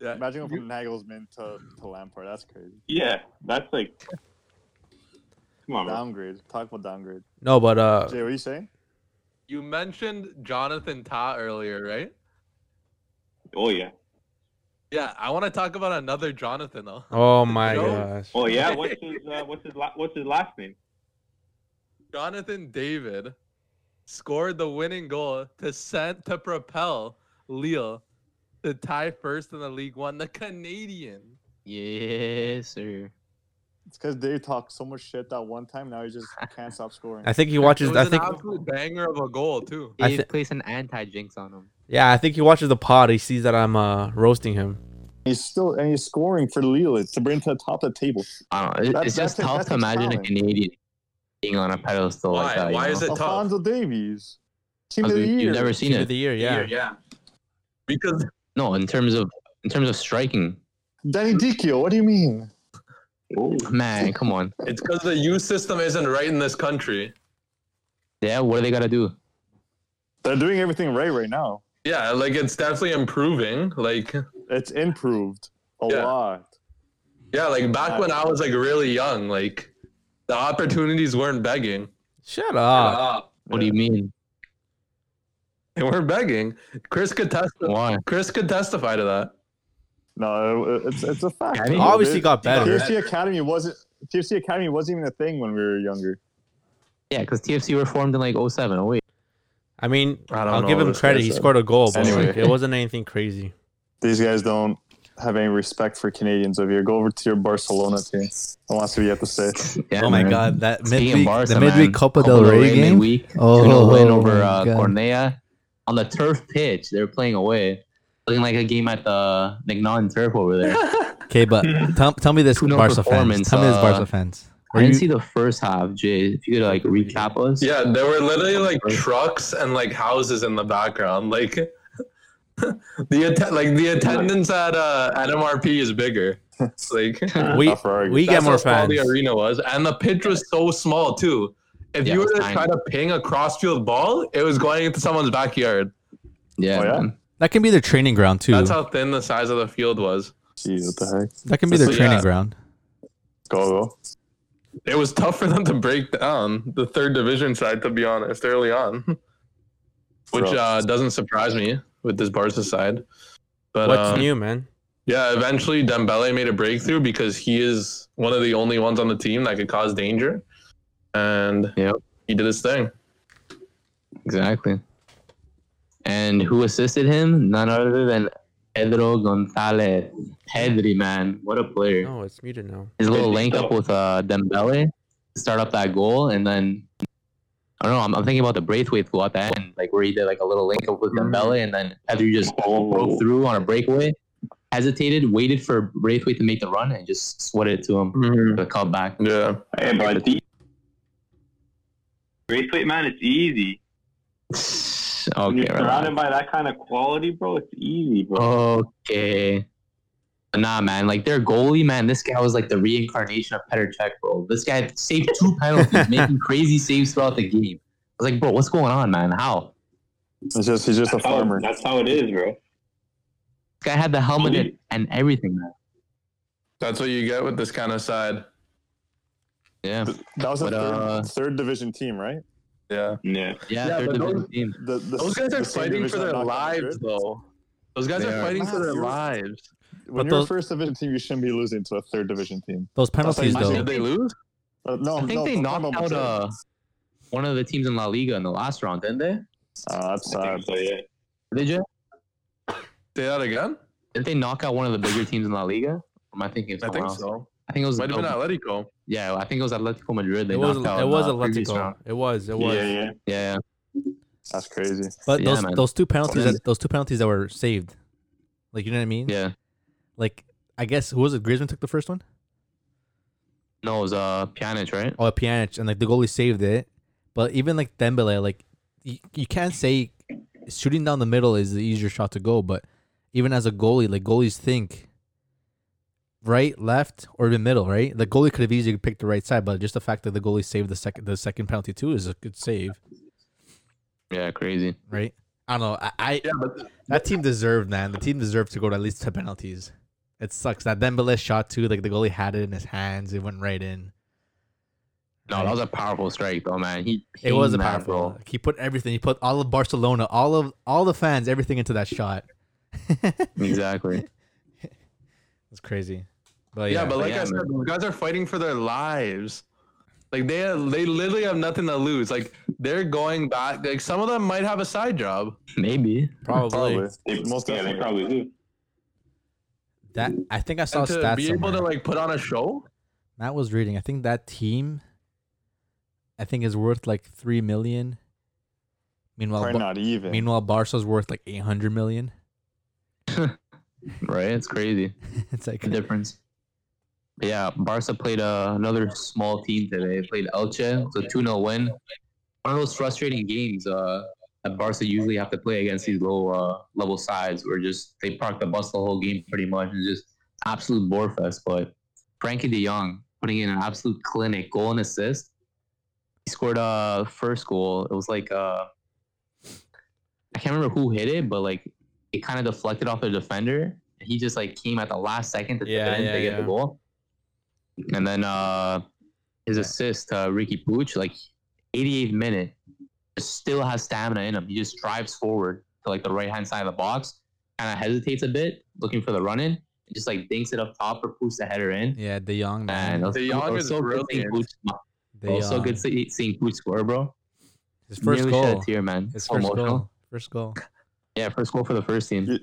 Yeah. Imagine going from Nagelsmann to, to Lampard. That's crazy. Yeah, that's like. Come Oh. on, Um, bro. Downgrade. Talk about downgrade. No, but uh, Jay, what are you saying? You mentioned Jonathan Ta earlier, right? Oh yeah. Yeah, I want to talk about another Jonathan though. oh my No. gosh. Oh yeah. What's his uh, What's his la- What's his last name? Jonathan David scored the winning goal to send to propel Lille to tie first in the League One. The Canadian. Yes, sir. It's because Dave talked so much shit that one time. Now he just can't stop scoring. I think he It watches. was I an think absolute banger of a goal too. I Dave thi- placed an anti-jinx on him. yeah, I think he watches the pod. He sees that I'm uh roasting him. He's still and he's scoring for Lille to bring to the top of the table. I don't know. it- That- it's just that's a- tough that's to imagine a challenge. Canadian being on a pedestal Why? like that. you Why know? is it- tough. Alfonso Davies, team of Because the you- year. You've never seen Team of it. the year, yeah. yeah. Because No, in terms of in terms of striking, Danny Dicchio. What do you mean? man, come on. it's because the youth system isn't right in this country. Yeah, what do they gotta do? They're doing everything right right now. Yeah, like it's definitely improving. Like It's improved a Yeah. lot. yeah, like back when I was like really young, like the opportunities weren't begging. Shut up. What do you mean? They weren't begging. Chris could testify. Why? Chris could testify to that. No, it- it's it's a fact. It obviously got better. TFC Academy wasn't TFC Academy wasn't even a thing when we were younger. Yeah, because TFC were formed in like 07, 08. I mean, I don't I'll know give him this credit. guy He said. scored a Oh, goal, but Anyway. like, it wasn't anything crazy. These guys don't have any respect for Canadians over here. Go over to your Barcelona team. I want to see what you have to say. Yeah, oh my man. god, that Speaking midweek, of Barca, the midweek man, Copa del Rey game. midweek, Oh, 2-0 win over my uh, God. Cornea on the turf pitch. They were playing away, looking like a game at the like non-turf over there. Okay, but tell, tell me this, Two-nil Barca fans. performance, Tell me this, uh, Barca fans. I Were didn't you- see the first half, Jay. If you could like recap us. Yeah, there were literally like trucks and like houses in the background. Like the att- like the attendance at uh at MRP is bigger. It's like We Tough argument. we get that's more how small fans. the arena was, and the pitch was so small too. If Yeah, you it were was to tiny. try to ping a crossfield ball, it was going into someone's backyard. yeah, Oh, yeah? man. That can be their training ground too. That's how thin the size of the field was. Jeez, what the heck? that can be that's their what- training yeah. ground. Go go. It was tough for them to break down the third division side, to be honest, early on, which Bro. uh, doesn't surprise me with this Barca side. But What's um, new, man? Yeah, eventually Dembele made a breakthrough because he is one of the only ones on the team that could cause danger, and Yep. he did his thing. exactly. And who assisted him? None other than Pedro Gonzalez. Pedri, man, what a player! No, it's muted now. His little Pedri, link up so- with uh, Dembele to start up that goal, and then I don't know. I'm, I'm thinking about the Braithwaite goal at the end, like where he did like a little link up with Dembele, and then Pedri just broke through on a breakaway, hesitated, waited for Braithwaite to make the run, and just sweated to Mm-hmm. him for the cutback. back. Yeah, Hey, bro, it's easy. Braithwaite, man, it's easy. When Okay, you're right. Oh, surrounded by that kind of quality, bro, it's easy, bro. Okay. But Nah, man. Like their goalie, man. This guy was like the reincarnation of Petr Cech, bro. This guy saved two penalties, making crazy saves throughout the game. I was like, bro, what's going on, man? How? It's just he's just a that's, how, farmer. that's how it is, bro. This guy had the helmet and, and everything, man. that's what you get with this kind of side. Yeah, That was a But, third, uh, third division team, right? Yeah, Yeah. Yeah, yeah. third but division those- team. The, the, those guys the are same fighting for division their that knocked out lives, Madrid. though. Those guys They are are. fighting for their Wow. lives. When But you're a those- first division team, you shouldn't be losing to a third division team. Those like penalties my- though. Did they lose? Uh, no, I think no, they I'm talking knocked about out uh, Madrid. one of the teams in La Liga in the last round, didn't they? Uh, that's I sad. think so, yeah. Did you? Say that again. Didn't they knock out one of the bigger teams in La Liga? Or am I thinking of I someone think else? so. I think it was. Might have been Atletico. yeah, I think it was Atletico Madrid. They It was it knocked out. in was the previous round. Atletico. It was it was. Yeah, yeah. Yeah, That's crazy. But Yeah, those man. those two penalties Yeah. that those two penalties that were saved, like you know what I mean? yeah. Like I guess who was it? Griezmann took the first one. No, it was uh Pjanic, right? Oh, Pjanic, and like the goalie saved it. But even like Dembele, like you, you can't say shooting down the middle is the easier shot to go. But even as a goalie, like goalies think right, left, or the middle, right? The goalie could have easily picked the right side, but just the fact that the goalie saved the second the second penalty too is a good save, Yeah, crazy. right? I don't know. I, I Yeah, but that team deserved, man. The team deserved to go to at least two penalties. It sucks that Dembele shot too. Like the goalie had it in his hands, it went right in. No, that was a powerful strike though, man. He It was a pinged that, powerful. bro. He put everything. He put all of Barcelona, all of all the fans, everything into that shot. Mm. Exactly. It's crazy. But yeah, yeah, but like Oh, Yeah, I said, man. those guys are fighting for their lives. Like they they literally have nothing to lose. Like they're going back. Like some of them might have a side job. Maybe. Probably. Probably. They, Most yeah, they definitely. probably do. that I think I saw And to stats. be able to somewhere. like put on a show. Matt was reading. I think that team, I think is worth like three million. Meanwhile, Probably Bar- not even. meanwhile, Barca's worth like eight hundred million. Right? It's crazy. it's like The difference. But yeah, Barca played uh, another small team today. They played Elche. It's a 2 0 win. One of those frustrating games uh, that Barca usually have to play against these low uh, level sides where just they park the bus the whole game pretty much and just absolute bore fest. But Frankie de Jong putting in an absolute clinic goal and assist. He scored a uh, first goal. It was like uh, I can't remember who hit it, but like it kind of deflected off the defender. And he just like came at the last second to tip Yeah, it in yeah, to get yeah. the goal. And then uh, his assist, uh, Ricky Pooch, like 88th minute, just still has stamina in him. He just drives forward to like the right hand side of the box, kind of hesitates a bit, looking for the run in, and just like dinks it up top or poops the header in. yeah, De Jong Man, man. it was, De it Jong was is so good seeing brilliant. Pooch. It De was so Jong. good see- seeing Pooch score, bro. His first Nearly shed goal. a tear, man. His So first emotional. goal. First goal. Yeah, first goal for the first team. Yeah,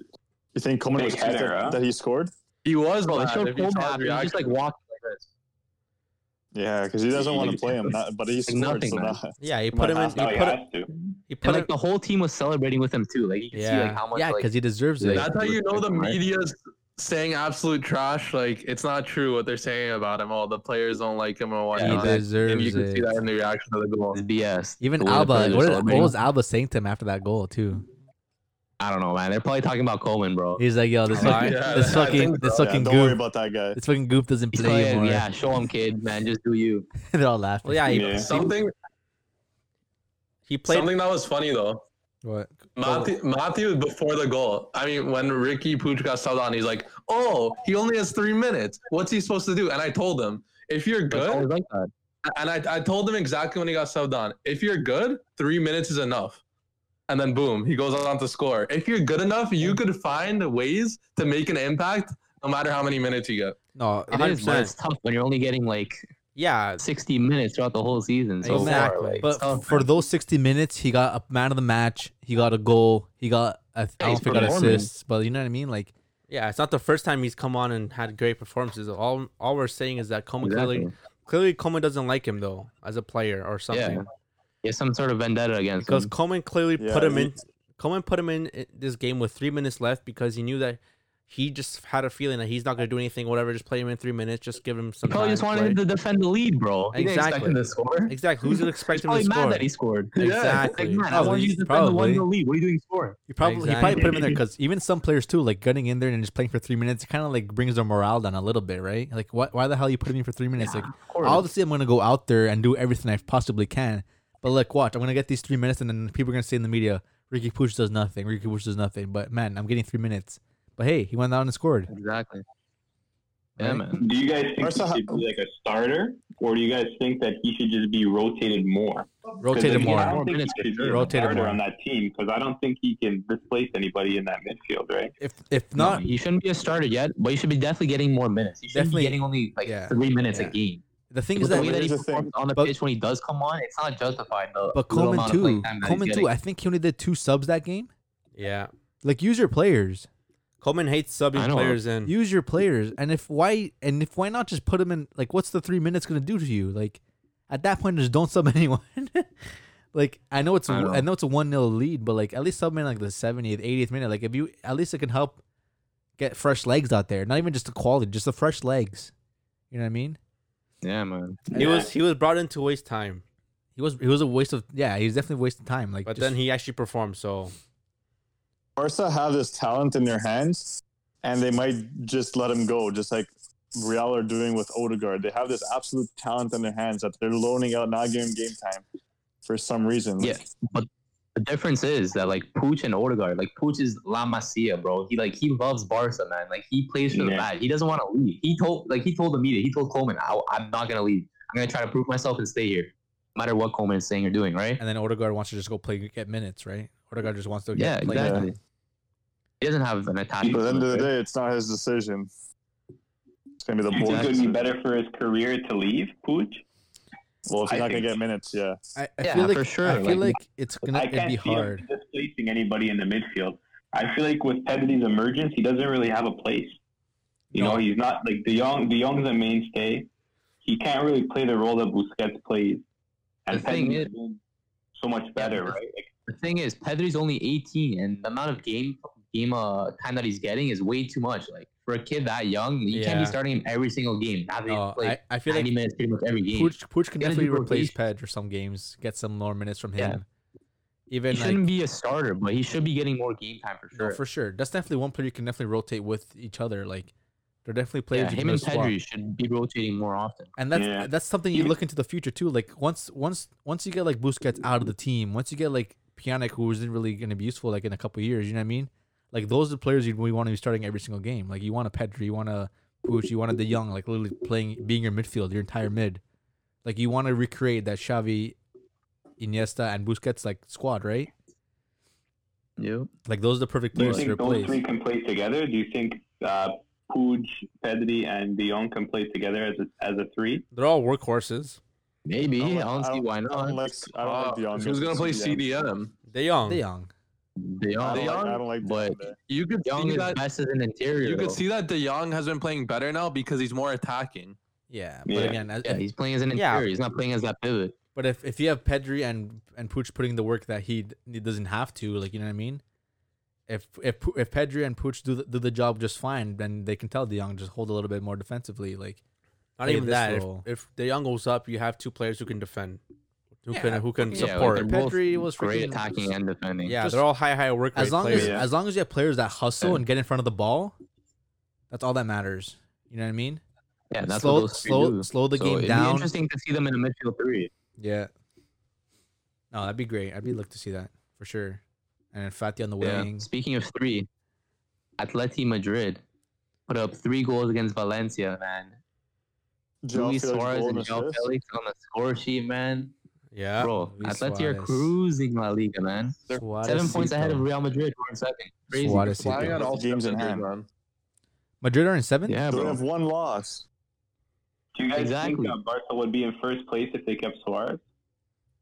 You think Coleman was Big pissed header, huh? that, that he scored? He was Bro, they mad showed if you Cole saw his Mad, he just like reaction. walked like this. Yeah, because he doesn't want to play him, that, but he It's scored. nothing, so man. that, Oh, Yeah, he Come put him on, in. Haas. He No, he put, has to. he put And him, like the whole team was celebrating with him too. Like you can see like how much yeah, like because he deserves it. Like- That's how you know the Right. media's saying absolute trash. Like it's not true what they're saying about him. All the players don't like him or he whatnot. and you deserves can see that it. in the reaction of the goal. it's BS. Even The way the Alba, players are what, did- celebrating. what was Alba saying to him after that goal too? I don't know, man. They're probably talking about Coleman, bro. He's like, "Yo, this fucking, Yeah, this I fucking, think this yeah, fucking don't worry goof, about that guy. this fucking goof doesn't He's play like, anymore." yeah, show him, kid, man. Just do you. They're all laughing. Well, yeah, he, Yeah. Something he played. something that was funny though. What? Matthew, Matthew before the goal. I mean, when Ricky Pooch got subbed on, he's like, "Oh, he only has three minutes. What's he supposed to do?" And I told him, "If you're It's always good," like that. and I, I told him exactly when he got subbed on, "If you're good, three minutes is enough." And then boom, he goes on to score. If you're good enough, you could find ways to make an impact, no matter how many minutes you get. No, It is, but 100%. it's tough when you're only getting like Yeah, 60 minutes throughout the whole season. So Exactly. Far, like, But it's tough, for man. those 60 minutes, he got a man of the match. He got a goal. He got, a, I don't he's think, he got performing. assists, but you know what I mean? Like, yeah. It's not the first time he's come on and had great performances. All all we're saying is that Coleman exactly. clearly clearly Coleman doesn't like him though as a player or something. Yeah. He has some sort of vendetta against because him. Coleman clearly Yeah, put him he- in. Coleman put him in i- this game with three minutes left because he knew that he just had a feeling that he's not going to do anything. Whatever, just play him in three minutes. Just give him some. He probably time just to wanted play. him to defend the lead, bro. He didn't expect Exactly. him to score. Exactly. Who's going to expect him to Probably score? mad that he scored. Exactly. Like, man, I Probably. wanted you to defend the one Probably. in the lead. What are you doing scoring? he probably, he probably Exactly. put him in there because even some players, too, like getting in there and just playing for three minutes, it kind of like brings their morale down a little bit, right? Like, why, why the hell you put him in for three minutes? Like, course. obviously, I'm going to go out there and do everything I possibly can. But, like, watch, I'm going to get these three minutes, and then people are going to say in the media, Ricky Push does nothing. Ricky Push does nothing. But, man, I'm getting three minutes. But hey, he went out and scored. Exactly. Yeah, Right? man. Do you guys think Barca- he should be like a starter, or do you guys think that he should just be rotated more? 'Cause Rotate if him he- I more. don't think minutes he for should sure. be a Rotate him starter more. on that team because I don't think he can displace anybody in that midfield, right? If if No, not, he shouldn't be a starter yet, but he should be definitely getting more minutes. He should Definitely. be getting only like Yeah. three minutes Yeah. a game. the thing With is the that way that he Here's the thing. performs on the But- pitch when he does come on, it's not justified. The But Coleman little amount of play too. time that he's Coleman getting. too. I think he only did two subs that game. Yeah. Like use your players, Coleman hates I subbing know. players in. use your players, and if why and if why not just put him in? Like, what's the three minutes gonna do to you? Like, at that point, just don't sub anyone. like, I know it's I I know. know. it's a one 0 lead, but like at least sub him in like the seventieth, eightieth minute. Like, if you at least it can help get fresh legs out there. Not even just the quality, just the fresh legs. You know what I mean? Yeah, man. He Yeah. was he was brought in to waste time, He was he was a waste of yeah. He was definitely wasting time. Like, but just- then he actually performed. So Barca have this talent in their hands, and they might just let him go, just like Real are doing with Odegaard. They have this absolute talent in their hands that they're loaning out, not giving him game time for some reason. Like, Yeah. The difference is that like Pooch and Odegaard, like Pooch is La Masia, bro. He like he loves Barca, man. Like he plays for the Yeah. bad. He doesn't want to leave. He told like he told the media, he told Coleman, I, I'm not gonna leave. I'm gonna try to prove myself and stay here, no matter what Coleman is saying or doing, right? and then Odegaard wants to just go play get minutes, right? Odegaard just wants to Yeah, get play minutes. exactly. He doesn't have an but attachment. at the end to of the it, right? day, it's not his decision. It's gonna be the Do you think board's it would be decision. better for his career to leave, Pooch? Well, if I you're not gonna think- get minutes, yeah. I, I Yeah, feel like for sure, I feel like, like- it's gonna I it'd can't be see hard. him displacing anybody in the midfield. I feel like with Pedri's emergence, he doesn't really have a place. You No. know, he's not like De Jong. De Jong's a mainstay. He can't really play the role that Busquets plays. And The thing Pedri's is- been so much better, but- right? Like, The thing is, Pedri's only 18, and the amount of game game uh, time that he's getting is way too much. Like for a kid that young, you can't Yeah. be starting him every single game. Now that he's No, played Oh, I, I feel 90 like minutes pretty much every game. Pooch, Pooch can Gotta definitely do replace Ped for some games, get some more minutes from Yeah. him. he Even shouldn't like be a starter, but he should be getting more game time for no, sure. for sure, that's definitely one player you can definitely rotate with each other. Like they're definitely players. yeah, you him can and just swap. Pedri should be rotating more often. and that's Yeah. that's something you Even- look into the future too. Like once once once you get like Busquets out of the team, once you get like Pjanic, who isn't really going to be useful like in a couple of years, you know what I mean? Like those are the players you we want to be starting every single game. Like you want a Pedri, you want a Puch, you want a De Young, like literally playing being your midfield, your entire mid. Like you want to recreate that Xavi, Iniesta, and Busquets like squad, right? Yeah. Like those are the perfect do you players to think those three replace. can play together? Do you think uh, Pooch, Pedri, and De Jong can play together as a, as a three? they're all workhorses. Maybe. I I don't, don't like- I see don't- why I not. don't like, I don't like Dion. uh, Who's gonna play CDM? De Jong. De Young, De Jong, I They don't like, are, I don't like but- Dion there. You could Young see is that. best as an interior. You though. could see that De Jong has been playing better now because he's more attacking. yeah. But Yeah. again, as- Yeah, he's playing as an Yeah. interior. He's not playing as that pivot. But if, if you have Pedri and and Pooch putting the work that he, d- he doesn't have to, like you know what I mean. If if Pu- if Pedri and Pooch do the, do the job just fine, then they can tell De Jong just hold a little bit more defensively. Like Not play even this that. If, role. if De Jong goes up, you have two players who can defend, who Yeah, can who can fucking- yeah, support. like Yeah, they're both Pedri was Great freaking- attacking and defending. just- they're all high high work rate as long players. as yeah. as long as you have players that hustle Yeah. and get in front of the ball, that's all that matters. You know what I mean? yeah that's what slow those three slow do. slow the So game it'd Be down. interesting to see them in a midfield three. Yeah. No, that'd be great. I'd be look to see that for sure. And then Fati on the Yeah. wing. Speaking of three, Atleti Madrid put up three goals against Valencia, man. Joao Luis Felix Suarez goal and and Joao assist. Felix on the score sheet, man. yeah, Bro, Luis Atleti Suarez. are cruising La Liga, man. They're Suarez seven points Cito. ahead of Real Madrid, who are in second. Crazy. Suarez Cito. Flying on all Games in cylinders, hand. man. Madrid are in seventh. Yeah, They bro. have one loss. Do you guys Exactly. think uh, Barca would be in first place if they kept Suarez?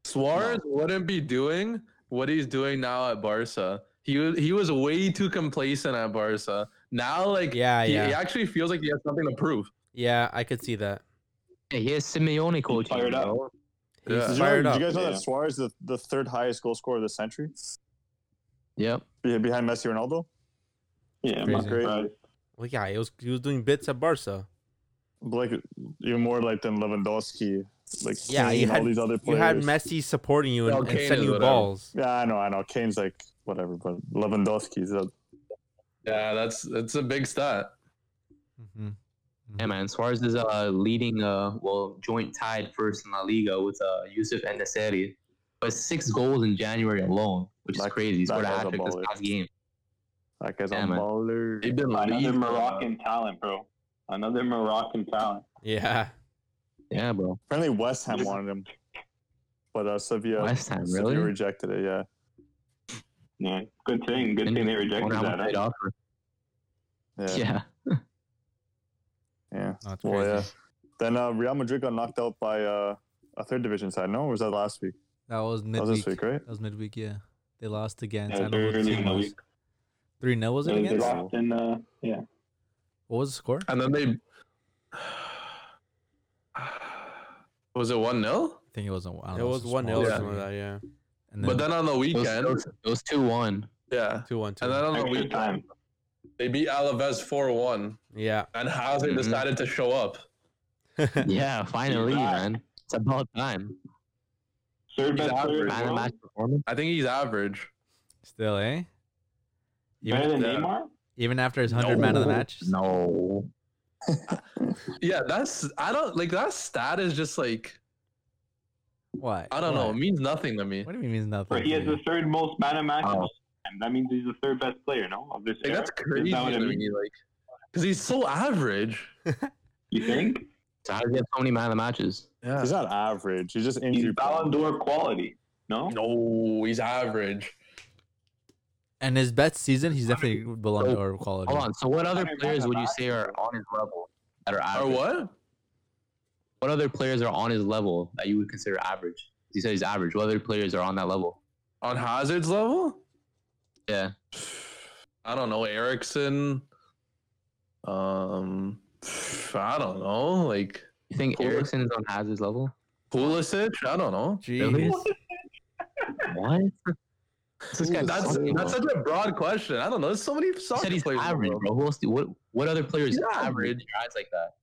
Suarez wouldn't be doing what he's doing now at Barca. He was he was way too complacent at Barca. Now, like Yeah, he, yeah. he actually feels like he has something to prove. yeah, I could see that. Yeah, he has Simeone coaching. fired up. bro. He's Yeah. Did you, know, fired did up. you guys know Yeah. that Suarez is the, the third highest goal scorer of the century? Yep. Be- Behind Messi Ronaldo? Yeah, I'm not Crazy. surprised. well, yeah, he was he was doing bits at Barca. Like even more like than Lewandowski. Like Yeah, you Kane, had- all these other You players. had Messi supporting you and, Well, and Kane sending is you whatever. balls. Yeah, I know, I know. Kane's like whatever, but Lewandowski's a Yeah, that's that's a big stat. Mm-hmm. hmm Oh, Yeah, man. Suarez is uh, leading, uh, well, joint tied first in La Liga with uh, Yusuf Endeseri. But six goals in January alone, which is That- crazy. He that scored a guy's a hat trick this baller. past game. that guy's Yeah, a man. baller. They've been Another leading, uh, Moroccan talent, bro. Another Moroccan talent. Yeah, Yeah, bro. Apparently West Ham wanted him. But uh Sevilla, West Ham, Sevilla really? rejected it, yeah. Yeah, good thing. Good thing they rejected Wonder how that. much they'd huh? offer. Yeah. Yeah. Yeah. Not crazy. Well yeah. Then uh, Real Madrid got knocked out by uh, a third division side, no? Or was that last week? That was That midweek. was this week, right? That was midweek. Yeah, they lost against. Yeah, I don't know early in the who week. Three 0 was it They- they against? lost in, uh, yeah. What was the score? I And then they was it one 0 think it wasn't. I don't it know, was some one 0 small or Yeah. something thing. like that. Yeah, And then, But then on the It was, weekend, it was 2 1. yeah. two one two. And then on the Extra weekend, time. They beat Alaves 4 1, Yeah. and Hazard Mhm. decided to show up. Yeah, finally, back. man. It's about time. Third He's best player in average. the Man of world? match performance. I think he's average. Still, eh? Better Even, than Yeah. Neymar? even after his 100 man of the match? No. Yeah, that's, I don't, like, that stat is just like, What? I don't what? know, it means nothing to me. What do you mean means nothing? Or he has to you? the third most man of match. of Oh. all time. That means he's the third best player, no? Of this Like, era. that's crazy Is that what to I mean? me, like, because he's so average. You think? So how does he have so many man of the matches? Yeah. He's not average. He's just He's injury Ballon prone. d'Or quality, no? No, he's average. And his best season, he's definitely belonged to our quality. Hold on. So what other Hundred players man would you of say are on his level that are Or average? what? What other players are on his level that you would consider average? You said he's average. What other players are on that level? On Hazard's level? Yeah. I don't know, Erickson. Um, I don't know, like You think Cool. Erickson is on Hazard's level? Pulisic. I don't know. Jeez. What? This guy's That's sucking, that's bro. such a broad question. I don't know. There's so many You soccer said he's players. in the average, world. bro. Who else? Do, what what other players He's are average. average in your eyes like that?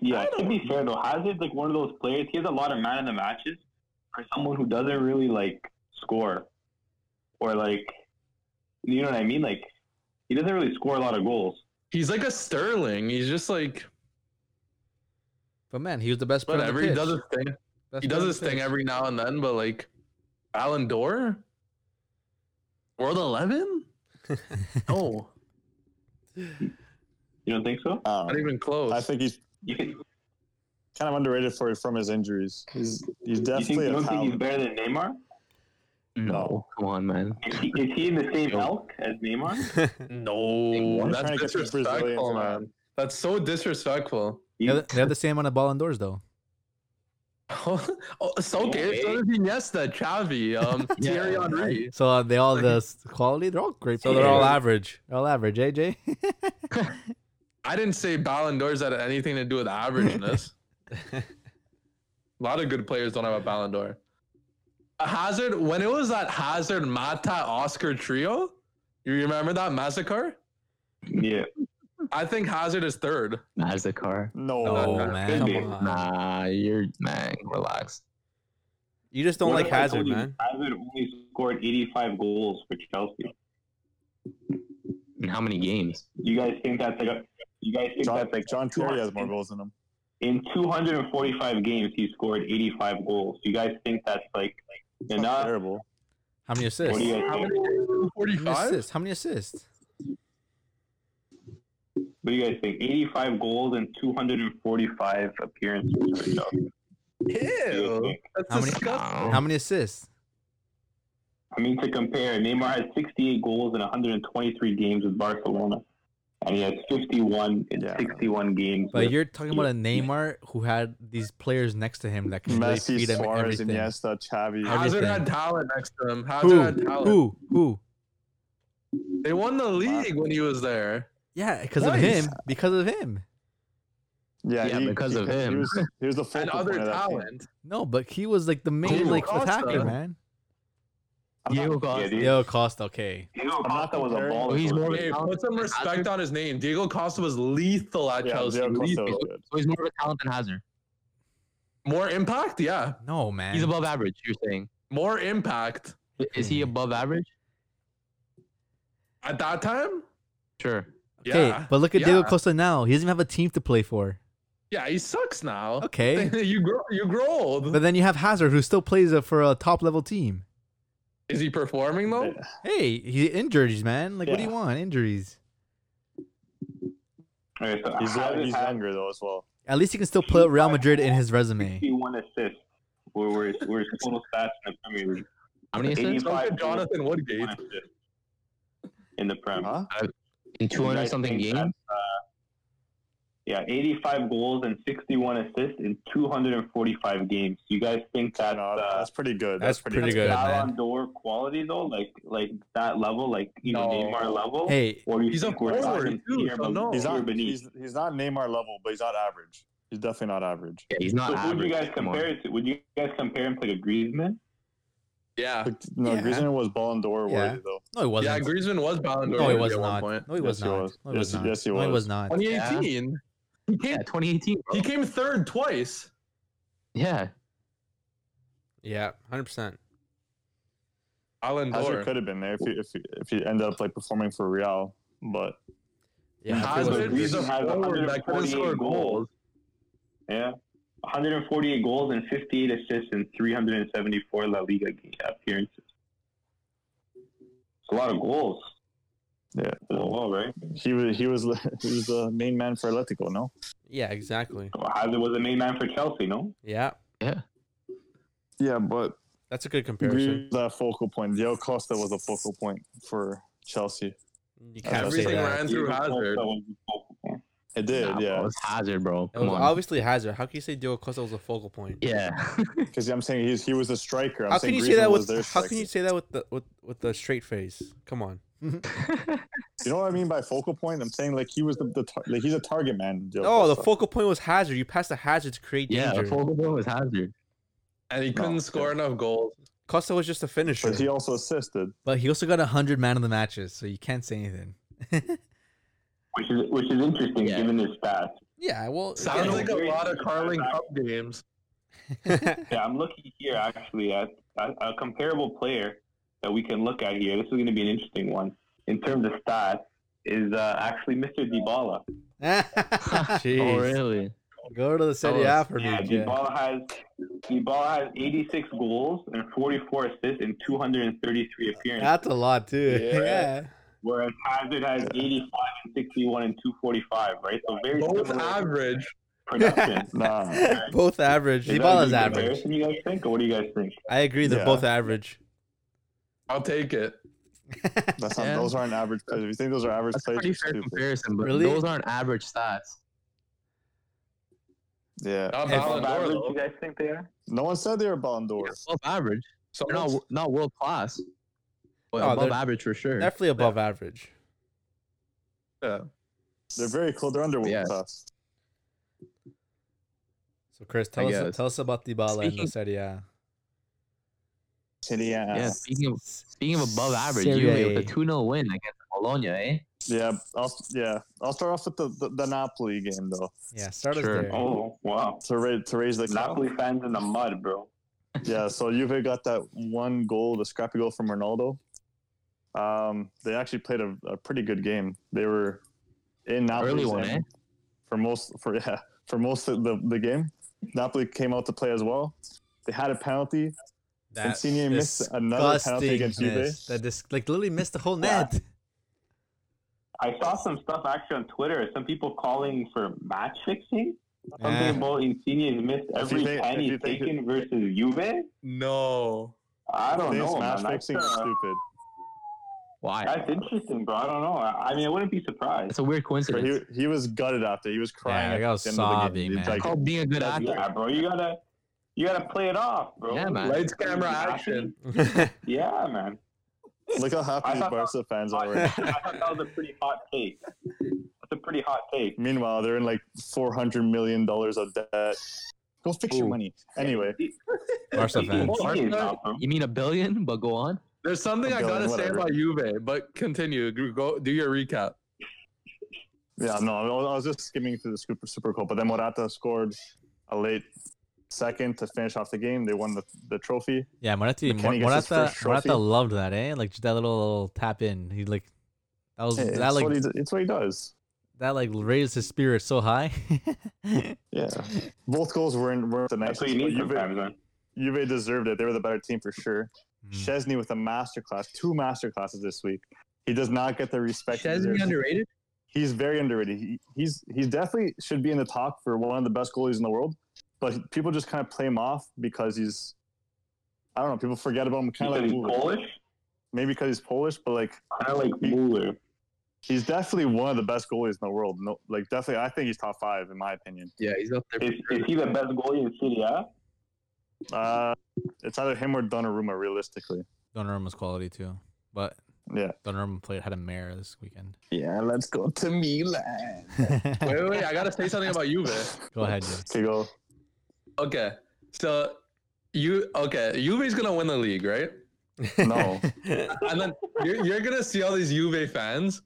Yeah, I to don't- be fair though, Hazard's like one of those players. He has a lot of man in the matches for someone who doesn't really like score, or like, you know what I mean? Like, he doesn't really score a lot of goals. He's like a Sterling. He's just like But man, he was the best player. whatever. on He the does pitch. his thing. Best He player does on his the thing pitch. every now and then. But like, Ballon d'Or, World Eleven. No, You don't think so? I not don't know. even close. Um, I think he's You, think- kind of underrated for from his injuries. He's he's you, think, definitely you a don't think he's talent. better than Neymar? No, Oh, come on, man. Is he, is he in the same No. ilk as Neymar? no, He's that's trying to get the disrespectful, Brazilians man. That's so disrespectful. He- They have, the- they have the same amount of ball indoors, though. oh, it's okay. way. So does Iniesta, Xavi, um, Yeah, Thierry Henry. So uh, they all the s- quality, they're all great. So they're all average. They're all average, eh, AJ. I didn't say Ballon d'Ors had anything to do with averageness. a lot of good players don't have a Ballon d'Or. A Hazard, when it was that Hazard Mata Oscar trio, you remember that massacre? yeah, I think Hazard is third. That's the car. No, No, nah, man. could be. Uh, Come on. Nah, you're man. Relax. You just don't What like if I Hazard, told you man. Hazard only scored 85 goals for Chelsea. In how many games? You guys think that's like a? You guys think John, that's like John Terry has more goals than him. in 245 games, he scored 85 goals. You guys think that's like, It's not enough? terrible. How many What assists? do you guys How think? many games? How many 45? assists? How many assists? What do you guys think? 85 goals and 245 appearances. For Chelsea. Ew. That's How many- disgusting. Oh. How many assists? I mean, to compare, Neymar had 68 goals in 123 games with Barcelona, and he has 51 in Yeah. 61 games. But with- you're talking about a Neymar who had these players next to him that can really Messi, feed him Suarez, everything. Iniesta, Xavi. How- Hazard everything. had talent next to him. Hazard Who? had talent. Who? Who? They won the league when he was there. Yeah, because of Nice. him. Because of him. Yeah, Yeah, because of he him. was, he was the And focal point other of that team. talent. No, but he was like the main Diego like Costa. attacker, man. I'm not- Diego yeah, Costa. dude. Yo, Costa. Okay. Diego I'm not Costa was a comparing- ball. Oh, he's more of Hey, a put talent. some respect on his name. Diego Costa was lethal at Yeah, Chelsea. Diego Costa Lethal. was good. So he's more of a talent than Hazard. More impact, yeah. No, man. He's above average. You're saying? More impact Is he above average? at that time. Sure. okay, Yeah, but look at Diego yeah. Costa now. He doesn't even have a team to play for. yeah, he sucks now. Okay. you grow, you grow old. But then you have Hazard, who still plays uh, for a top level team. Is he performing though? Hey, he injuries, man. Like, what do you Yeah. want? Injuries. Okay, so He's, Hazard he's had younger though as well. At least he can still play at Real Madrid in his resume. 61 assists. Where were his were his total stats in the Premier League? How many assists? 85 Look at Jonathan Woodgate. One assist in the Prem. Huh? In You 200 guys something think games? that's, Uh, yeah, 85 goals and 61 assists in 245 games. You guys think that's, No, uh, that's pretty good. That's pretty good, man. Ballon d'Or quality though? Like like that level, like you know No. Neymar level? Hey, Or you He's a think we're forward, talking too, here so about- no. He's we're not. beneath. He's, he's not Neymar level, but he's not average. He's definitely not average. Yeah, he's not So who would average. you guys Come on. compare it to? Would you guys compare him to like a Griezmann? Yeah. Like, no, Yeah. Griezmann was Ballon d'Or Yeah. worthy though. No, it Yeah, wasn't. Griezmann was Ballon d'Or no, it worthy was at not. one point. No, it was Yes, he not. was. No, it was Yes, not. yes, he No, it was. was not. 2018. He came Yeah, 2018. Bro. he came third twice. Yeah. Yeah, hundred percent. Ballon Hazard d'Or. could have been there if he, if he, if he ended up like performing for Real, but Yeah, I feel Hazard like- is a Griezmann has forward that could 148 score goals. goals. Yeah. 148 goals and 58 assists in 374 La Liga game appearances. It's a lot of goals. yeah, It's a lot, right? he was he was he was the main man for Atletico. No, yeah, exactly. Hazard was the main man for Chelsea, no? Yeah, yeah, but that's a good comparison. Griezmann was that focal point, Diego Costa was a focal point for Chelsea. You can't say Everything that. ran through Diego Hazard. Costa was the focal point. It did, Nah, yeah, Bro, it's Hazard, bro. It was Come on. obviously Hazard. How can you say Diego Costa was a focal point? yeah. because I'm saying he's he was a striker. I'm how saying can you Griezmann say that was with their How can striker. you say that with the with with the straight face? Come on. You know what I mean by focal point? I'm saying like he was the, the tar- like he's a target man. Diego Oh, the Costa. focal point was Hazard. You passed the Hazard to create Yeah, the danger. focal goal was Hazard. And he couldn't No. score enough goals. Costa was just a finisher. but he also assisted. But he also got hundred man of the matches, so you can't say anything. Which is which is interesting Yeah. given his stats. yeah, well, Sounds Yeah. like a lot of Carling Cup games. Yeah, I'm looking here actually at a, a comparable player that we can look at here. This is going to be an interesting one in terms of stats. Is uh, actually Mr. DiBala. Jeez. Oh, really? Go to the Serie Oh, A for Yeah, me. Jay. DiBala Uh, has DiBala has 86 goals and 44 assists in 233 appearances, That's a lot too. Yeah. whereas Hazard has 85 and 61 and 245. Right, so very Both similar average. production. Nah, Both average. Is that Dybala's a good average. comparison, You guys think, or what do you guys think? I agree. They're Yeah. both average. I'll take it. that's not, Yeah. those aren't average players. If you think those are average That's a players, pretty you're fair stupid. comparison, but Really? those aren't average stats. Yeah, Not If- Ballon How d'Or average do though. you guys think they are? no one said they were Ballon d'Or. Above average. So They're not, not world class, but No, above Oh, they're- average for sure. Definitely above average. yeah. They're very close. They're underworld Yeah. class. So Chris, I tell us guess. tell us about Dybala and the Speaking- Serie A. City ass. Yeah, speaking of, speaking of above average, Serie you with A. a 2 0 win against Bologna, eh? Yeah, I'll, yeah. I'll start off with the, the, the Napoli game though Yeah, start Sure. us there. Oh wow, to raise to raise the cup. Napoli fans in the mud, bro. Yeah, so Juve got that one goal, the scrappy goal from Ronaldo. Um, they actually played a, a pretty good game. They were in Napoli Early one, eh? for most for yeah for most of the, the game. Napoli came out to play as well. They had a penalty. That Insigne missed another penalty against Juve. disgustingness. That dis- like literally missed the whole net. I saw some stuff actually on Twitter. Some people calling for match fixing. Something about Insigne's missed every think- if penny you think- taken versus Juve. No. I don't They know, smash man. That's, fixing is uh, stupid. Why? that's interesting, bro. I don't know. I, I mean, I wouldn't be surprised. That's a weird But coincidence. he he was gutted after. He was crying. Yeah, at I was the end of the game. sobbing, He's man. like, Called being a good actor. Yeah, bro. You gotta, you gotta play it off, bro. Yeah, man. Lights, camera, action. Yeah, man. Look how I happy these thought- Barca fans I, are. I thought that was a pretty hot take. That's a pretty hot take. Meanwhile, they're in like four hundred million dollars of debt. Go fix your Ooh. money. Anyway, Barca fans. Insigne is not, bro. You mean a billion, but go on? There's something I Dylan, gotta say whatever. about Juve, but continue. Go- Go do your recap. yeah, no, I was- I was just skimming through the super super cool. But then Morata scored a late second to finish off the game. They won the, the trophy. Yeah, Morata, Mor- McKennie gets his Morata, first trophy. Morata loved that, eh? Like just that little, little tap in. He like that was Hey, that it's, what like he, d- it's what he does. that like raised his spirit so high. Mm. Yeah, both goals weren't weren't the That's nicest. what you but need Juve, sometimes, man. Juve deserved it. They were the better team for sure. Mm. Chesney with a masterclass, two masterclasses this week. He does not get the respect. he deserves. underrated? he's very underrated. He, he's he definitely should be in the top for one of the best goalies in the world, but people just kind of play him off because he's I don't know. People forget about him, Because kind of like he's Mueller. Polish, maybe because he's Polish, but like kind of like Mueller. he's definitely one of the best goalies in the world. No, like definitely, I think he's top five in my opinion. Yeah, he's up there. Is, is he the best goalie in Serie A? Uh, it's either him or Donnarumma, realistically. Donnarumma's quality too, but Yeah. Donnarumma played had a mare this weekend. Yeah, let's go to Milan. go Wait, wait, wait. I gotta say something about Juve. ahead, Jay. Okay, go. Okay. So you okay, Juve's gonna win the league, right? No. and then you're, you're gonna see all these Juve fans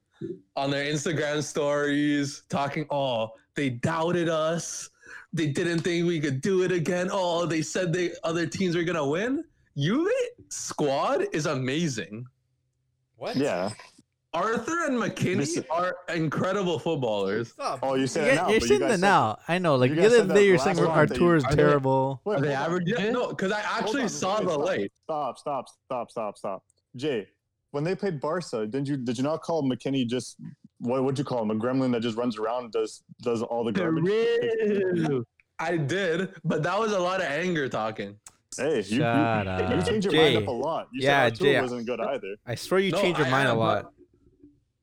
on their Instagram stories talking, oh, they doubted us. They didn't think we could do it again. Oh, they said the other teams were gonna win. Juve squad is amazing. what? Yeah. Arthur and McKinney Listen. are incredible footballers. Stop. Oh, you're saying Yeah, it now. you're but you saying guys that said- now. I know. Like you the guys other said day, that you're last saying month that Artur you- is I know. terrible. Wait, Are they hold on. average? Yeah, no, because I actually on, saw wait, the stop. light. Stop, stop, stop, stop, stop. Jay, when they played Barca, didn't you did you not call McKinney just what would you call him? A gremlin that just runs around and does does all the garbage. I did, but that was a lot of anger talking. Hey, you, you, Shut you up. change your Jay. mind up a lot. You Yeah, said Arturo Jay. wasn't good either. I swear you No, change your I mind a am, lot.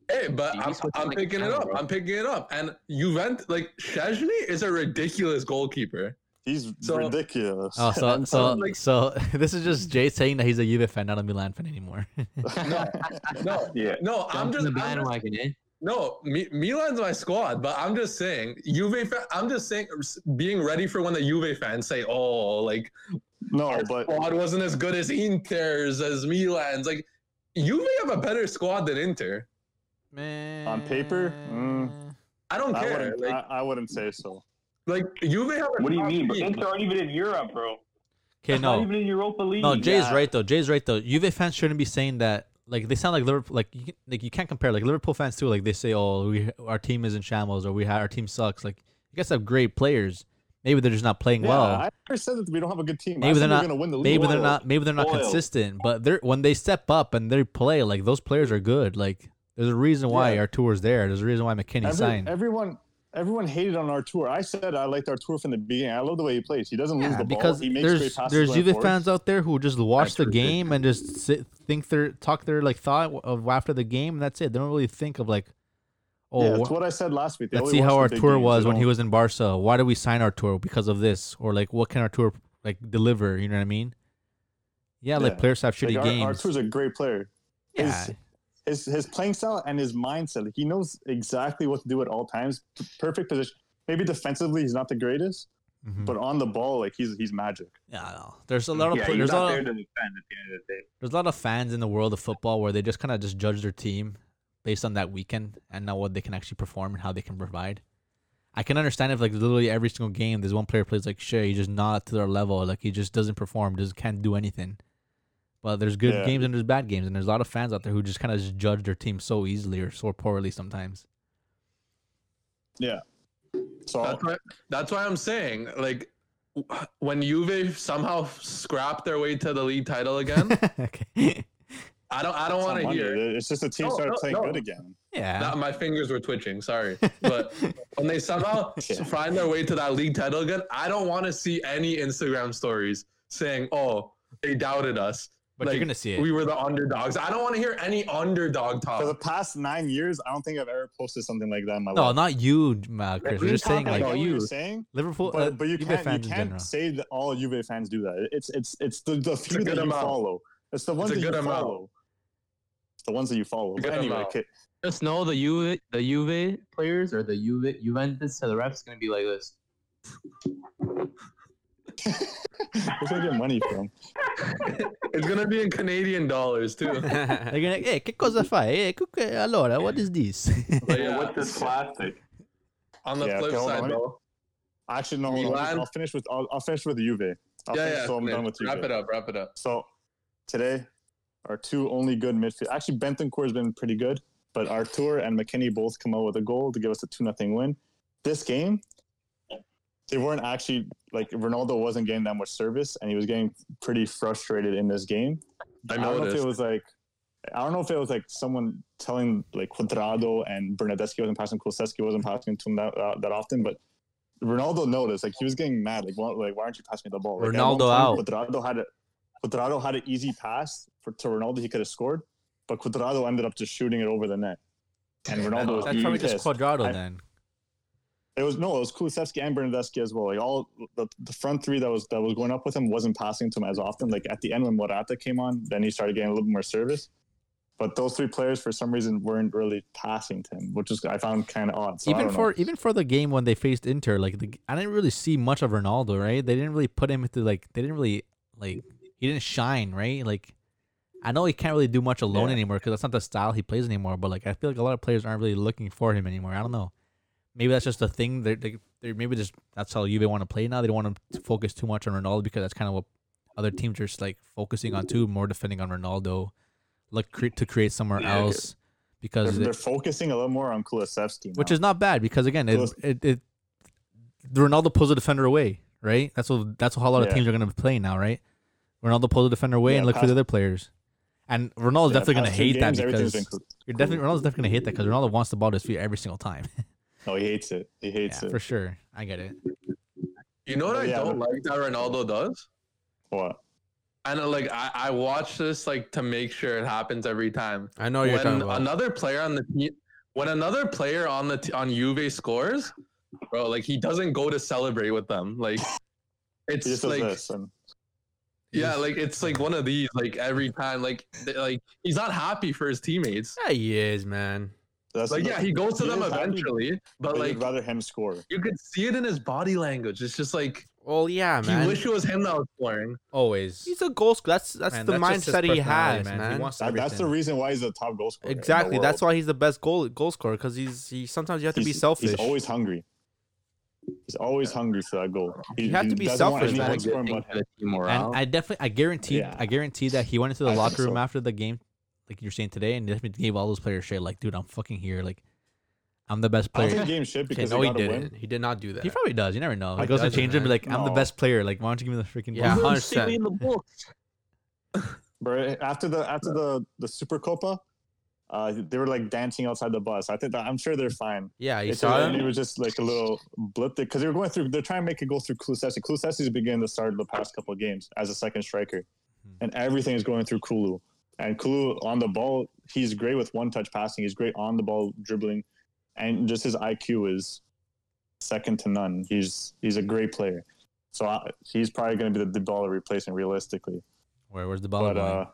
Hey, but Dude, I'm, he's fucking I'm like picking it Canada, up. bro. I'm picking it up. And Juventus, like Chesney is a ridiculous goalkeeper. He's So- ridiculous. Oh, so I'm so telling you. so this is just Jay saying that he's a Juve fan, not a Milan fan anymore. No, Yeah. no, I'm Jump just, in the I'm just bandwagon, eh? no. Mi- Milan's my squad, but I'm just saying Juve. Fan, I'm just saying being ready for when the Juve fans say, "Oh, like no, Oh, but squad wasn't as good as Inter's as Milan's." Like Juve have a better squad than Inter. Man. On paper, mm. I don't I care. wouldn't, like, I, I wouldn't say so. like Juve have a What do you top mean? But team. Inter aren't even in Europe, bro. Okay, Not no, even in Europa League. no. Jay's yeah. right though. Jay's right though. Juve fans shouldn't be saying that. Like they sound like Liverpool. Like you, can- like you can't compare. Like Liverpool fans too. Like they say, "Oh, we our team is in shambles," or "We ha- our team sucks." Like you guys have great players. Maybe they're just not playing Yeah, well. I never said that we don't have a good team. I Maybe they're said we're not- Gonna win the league. maybe they're Well, not maybe they're not Spoiled. consistent but they're when they step up and they play like those players are good like there's a reason why Yeah. our tour's there there's a reason why mckinney Every- signed Everyone, everyone hated on our tour. I said I liked our tour from the beginning. I love the way he plays. He doesn't lose yeah, the because ball. He makes great there's passes. there's going Juve forward. fans out there who just watch the That's game and just sit, think their talk their like thought of after the game and that's it. They don't really think of like, oh, yeah, wha- that's what I said last week. They let's only see watch how the our big tour games. was They when he don't- was in Barca. Why did we sign our tour because of this or like what can our tour like deliver? You know what I mean? Yeah, like Yeah. players have shitty Like, games. Our, Artur's a great player. yeah. His, his his playing style and his mindset. Like he knows exactly what to do at all times. P- Perfect position. Maybe defensively he's not the greatest, Mhm. but on the ball like he's he's magic. Yeah, I know. There's a lot of yeah, pla- he's there's a not lot there of, to defend at the end of the day. there's a lot of fans in the world of football where they just kind of just judge their team based on that weekend and not what they can actually perform and how they can provide. I can understand if like literally every single game there's one player plays like shit, he's just not to their level, like he just doesn't perform, just can't do anything. But there's good Yeah. games and there's bad games, and there's a lot of fans out there who just kind of just judge their team so easily or so poorly sometimes. So That's why, that's why I'm saying, like, w- when Juve somehow scrap their way to the league title again, okay. I don't, I don't it's want to on hear. it. Monday. It's just the team No, started no, playing no. good again. Yeah. Not, my fingers were twitching. Sorry, but when they somehow find their way to that league title again, I don't want to see any Instagram stories saying, "Oh, they doubted us." But you're Like, gonna see it. We were the underdogs. I don't want to hear any underdog For the talk. past nine years, I don't think I've ever posted something like that in my No, life. not you, uh, Chris. We're We just saying talk like about what you. You're saying, Liverpool, uh, but, but you Juve can't fans you in can't general. say that all Juve fans do that. It's it's it's the, the few good that you amount. follow. It's the ones a that you good amount. follow. It's the ones that you follow. Good But anyway, amount. okay, Just know the Juve, the Juve players or the Juve Juventus to the refs gonna be like this. where's I get money from? It's gonna be in Canadian dollars too. They're gonna, hey, che cosa fai? Hey, cu- que- allora, what is this? But Yeah, yeah, what's this plastic? on the Yeah, flip okay, hold side, on. though. Actually, no, hold on. Milan? I'll finish with I'll, I'll finish with Juve. I'll yeah, finish, yeah. so I'm man. done with Juve. wrap it up. Wrap it up. So today, our two only good midfield. Actually, Bentancur has been pretty good, but Artur and McKinney both come out with a goal to give us a two nothing win. This game, they weren't actually like Ronaldo wasn't getting that much service, and he was getting pretty frustrated in this game. I I don't know if noticed. it was like. I don't know if it was like someone telling like Quadrado and Bernadeschi wasn't passing, Kulusevski wasn't passing to him that, uh, that often, but Ronaldo noticed like he was getting mad like why, like why aren't you passing me the ball? Like, at one Ronaldo out. point, Cuadrado had a Cuadrado had an easy pass for to Ronaldo he could have scored, but Cuadrado ended up just shooting it over the net, and Ronaldo was That's probably just pissed. Quadrado I- then. It was no, it was Kulusevski and Bernadeschi as well. Like all the, the front three that was that was going up with him wasn't passing to him as often. Like at the end when Morata came on, then he started getting a little bit more service. But those three players for some reason weren't really passing to him, which is I found kind of odd. So I even don't for know. even for the game when they faced Inter, like the, I didn't really see much of Ronaldo, right? They didn't really put him into like they didn't really like he didn't shine, right? Like I know he can't really do much alone Yeah. anymore because that's not the style he plays anymore. But like, I feel like a lot of players aren't really looking for him anymore. I don't know. Maybe that's just a thing. They're, they they're maybe just that's how Juve want to play now. They don't want to focus too much on Ronaldo because that's kind of what other teams are just like focusing on too, more defending on Ronaldo, like cre- to create somewhere Yeah, else They're, because they're it- focusing a lot more on Kulisevsky. which is not bad because again, it, Close. it, it Ronaldo pulls the defender away, right? That's what that's how a lot of Yeah. teams are going to be playing now, right? Ronaldo pulls the defender away Yeah, and look for past- the other players, and Ronaldo's definitely going to hate that everything's because been cool. you're definitely Ronaldo's definitely going to hate that because Ronaldo wants the ball to his feet every single time. No, he hates it. He hates yeah, it. for sure. I get it. You know what Oh, I yeah, don't but- like that Ronaldo does? What? And uh, like I, I watch this like to make sure it happens every time. I know what Oh, you're when talking about. another player on the team, when another player on the t- on Juve scores, bro, like he doesn't go to celebrate with them. Like He just it's does like this. And yeah, like it's like one of these. Like every time, like th- like he's not happy for his teammates. Yeah, he is, man. that's Like yeah, he goes to He them is happy, eventually, but but like you'd rather him score. you could see it in his body language. It's just like Well, yeah, he man. wish it was him that was scoring. Always. He's a goal. Sc- that's that's Man, the that's just his mindset he personality, has, man. He wants That, that's the everything. reason why he's the top goal scorer. in the exactly. That's world. why he's the best goal goal scorer because he's he. Sometimes you have to be He's- selfish. He's always hungry. He's always hungry for that goal. You have to be doesn't want selfish, anyone man. scoring but him. And I definitely, I guarantee, Yeah. I guarantee that he went into the I think locker room so. after the game, like you're saying today, and definitely gave all those players shit. Like, dude, I'm fucking here. Like, I'm the best I don't player. think game shit Okay, because no, they he got to didn't. win. He did not do that. He probably does. You never know. Like, He goes to doesn't, change him, be man. like, I'm the No. best player. Like, why don't you give me the freaking Yeah, ball? hundred percent. But after the after the the Super Copa, uh, they were like dancing outside the bus. I think that, I'm sure they're fine. Yeah, you It's saw and him. it was just like a little blip because they were going through. They're trying to make it go through Kulusevski. Kulusevski's been getting the start of the past couple of games as a second striker, and everything is going through Kulu. And Kulu on the ball, he's great with one touch passing. He's great on the ball dribbling, and just his IQ is second to none. He's he's a great player. So I, he's probably going to be the, the baller replacement realistically. Where, where's the ball But going? uh,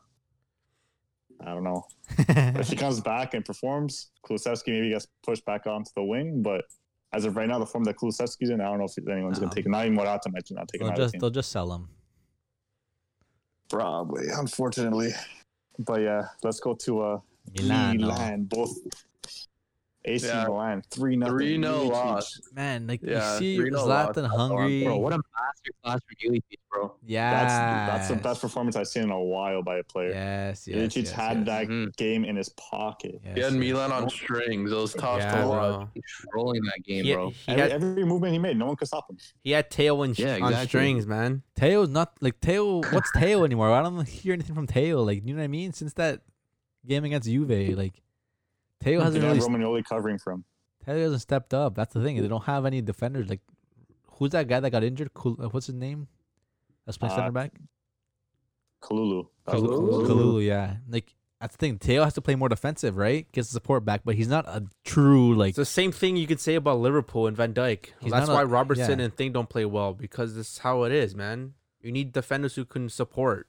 I don't know if he comes back and performs, Kulusevski maybe gets pushed back onto the wing. But as of right now, the form that Kulusevski's in, I don't know if anyone's going No. to take him. Not even Morata might not take him they'll out of the just, team. they'll just sell him. Probably, unfortunately. But yeah, let's go to uh, Milan. Milan. Both AC Yeah. Milan, 3 0. 3-0 loss. Man, like Yeah, you see three nil loss. Zlatan hungry. Bro, what a master class from Ulysses, bro. yeah, That's, that's the best performance I've seen in a while by a player. Ah. Yes, yes, Ilicic yes, had yes. Mm-hmm. that Mhm. game in his pocket. Yes, He had yes. Milan on strings. It was tough Yeah, to watch. bro. Controlling that game, He, bro. he every, had every movement he made, no one could stop him. he had tailwind Yeah, on exactly. strings, man. Teo's not like Teo. What's Teo anymore? I don't hear anything from Teo. Like, you know what I mean? Since that game against Juve, like Teo They hasn't have really Romagnoli covering for him. Teo hasn't stepped up. That's the thing. They don't have any defenders. Like, who's that guy that got injured? Kul- uh, What's his name? That's playing Uh, center back. Kalulu. Kalulu. Kalulu, yeah. Like that's the thing. Teo has to play more defensive, right? Gets the support back, but he's not a true like. It's the same thing you could say about Liverpool and Van Dijk. He's That's not a- why Robertson yeah. and Thing don't play well because this is how it is, man. You need defenders who can support.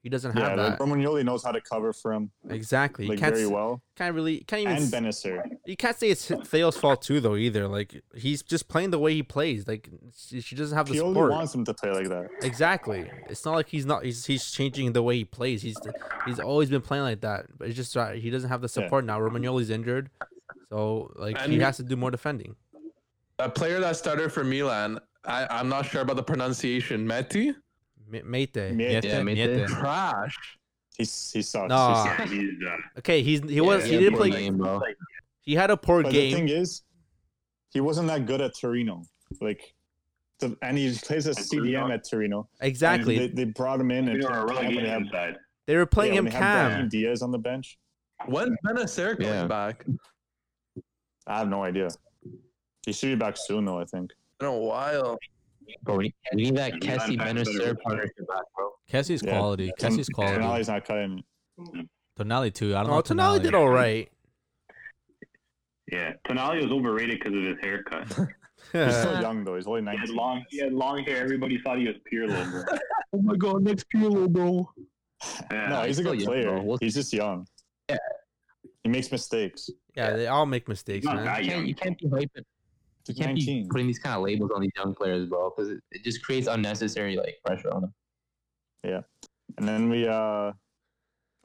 He doesn't Yeah, have like that Romagnoli knows how to cover for him exactly. You like can't very s- well. can't really can't even And s- Benacer. you can't say it's Theo's fault too though either. Like he's just playing the way he plays. Like she she doesn't have the He only support. wants him to play like that. Exactly. It's not like he's not. He's he's changing the way he plays. He's he's always been playing like that. But it's just that he doesn't have the Yeah. support now. Romagnoli's injured, so like he And- has to do more defending. That player that started for Milan, I, I'm not sure about the pronunciation. Meti? M- Mate. Yeah, Niete, Mete. Niete. Trash. he's he sucks. Ah. He Nah. sucks. Yeah, he's, uh, Okay, he's he was yeah, he didn't Poor play. game, bro. He had a poor But the game. thing is, he wasn't that good at Torino. Like, the, and he plays a CDM at Torino. And exactly. They, they brought him in and we are a Cam- when they have- relegation side. They were playing yeah, him when they have Brahim Cam. Diaz on the bench. When's Benacer coming Yeah. back? It's I have no idea. He should be back soon though. I think. been a while. Bro, we we need that Kessie Milan back better. Benacer partnership back, bro. Kessie's Yeah. quality. Kessie's quality. Tonali's not cutting. it. Tonali too. I don't Oh, know. Tonali did all right. Yeah, Tonali was overrated because of his haircut. He's Yeah. still young though. He's only He had nineteen. long, he had long hair. Everybody thought he was Pirlo. Bro. Oh my god, next Pirlo, bro. Yeah. No, he's a he's good still young, player. bro. We'll he's just young. Yeah. He makes mistakes. they all make mistakes, Not man. that You can't, you can't be hyping. You He's can't nineteen. be putting these kind of labels on these young players, bro, because it, it just creates unnecessary like pressure on them. And then we uh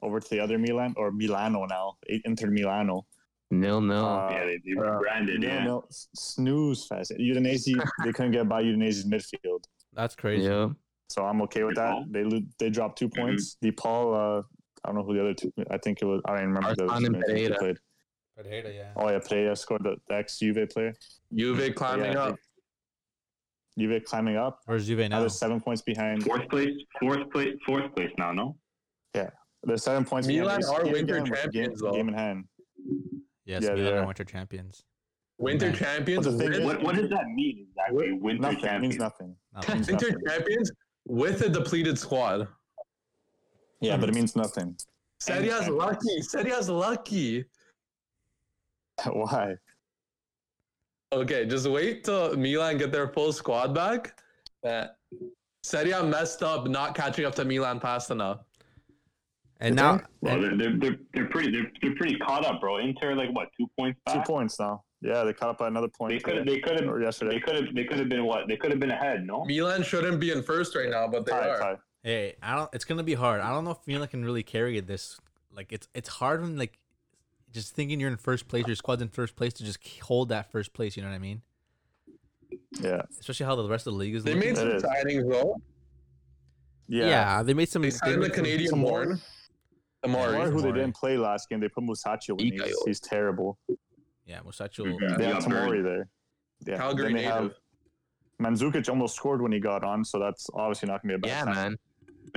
over to the other Milan or Milano now, Inter Milano. Nil nil. Uh, yeah, they, they uh, rebranded. No, yeah. no, s- snooze fest. Udinese, they couldn't get by Udinese's midfield, That's crazy. yeah. so I'm okay with that. They lo- they dropped Mm-hmm. two points. The Paul, uh, I don't know who the other two. I think it was. I don't even remember the Arslan and other two Pereira. played. Oh yeah, Pereira scored the, the ex Juve player. Juve climbing Yeah, I up. Juve climbing up. Where's Juve Now now? they're seven points behind. Fourth place, fourth place, fourth place now. No, They're seven points. Milan behind. They're are just winter game- champions, Game, though. game in hand. Yes, Yeah, yeah, they Milan are. are winter champions. Winter Yeah. champions. But the thing with- is- what what does that mean exactly? Winter Nothing It champions. means nothing. No, means Winter nothing. champions with a depleted squad. Yeah, but it means nothing. Seria's champions. lucky. Seria's lucky. Why? Okay, just wait till Milan get their full squad back. That Serie A messed up not catching up to Milan fast enough. And now, Well, they're, they're, they're, they're pretty they're, they're pretty caught up, bro. Inter like what two points Two back? points now. Yeah, they caught up by another point. They could have today. they could have or yesterday. they could have they could have been what they could have been ahead. No, Milan shouldn't be in first right now, but they Tie, are. tie. Hey, I don't. It's gonna be hard. I don't know if Milan can really carry it this. Like it's it's hard when like just thinking you're in first place, your squad's in first place to just hold that first place. You know what I mean? Yeah. Especially how the rest of the league is. They Looking. made some It is. signings though. yeah. Yeah. they made some. They signed the made some- Canadian Morn. Or Amari. who they Tomori. didn't play last game, they put Musacho in. He's, Ikayo. he's terrible. yeah, Musacho. Mhm. They Yeah, have Tamori there. Yeah. Calgary Then they have- native. Mandzukic almost scored when he got on, so that's obviously not going to be a bad Yeah, sign. man.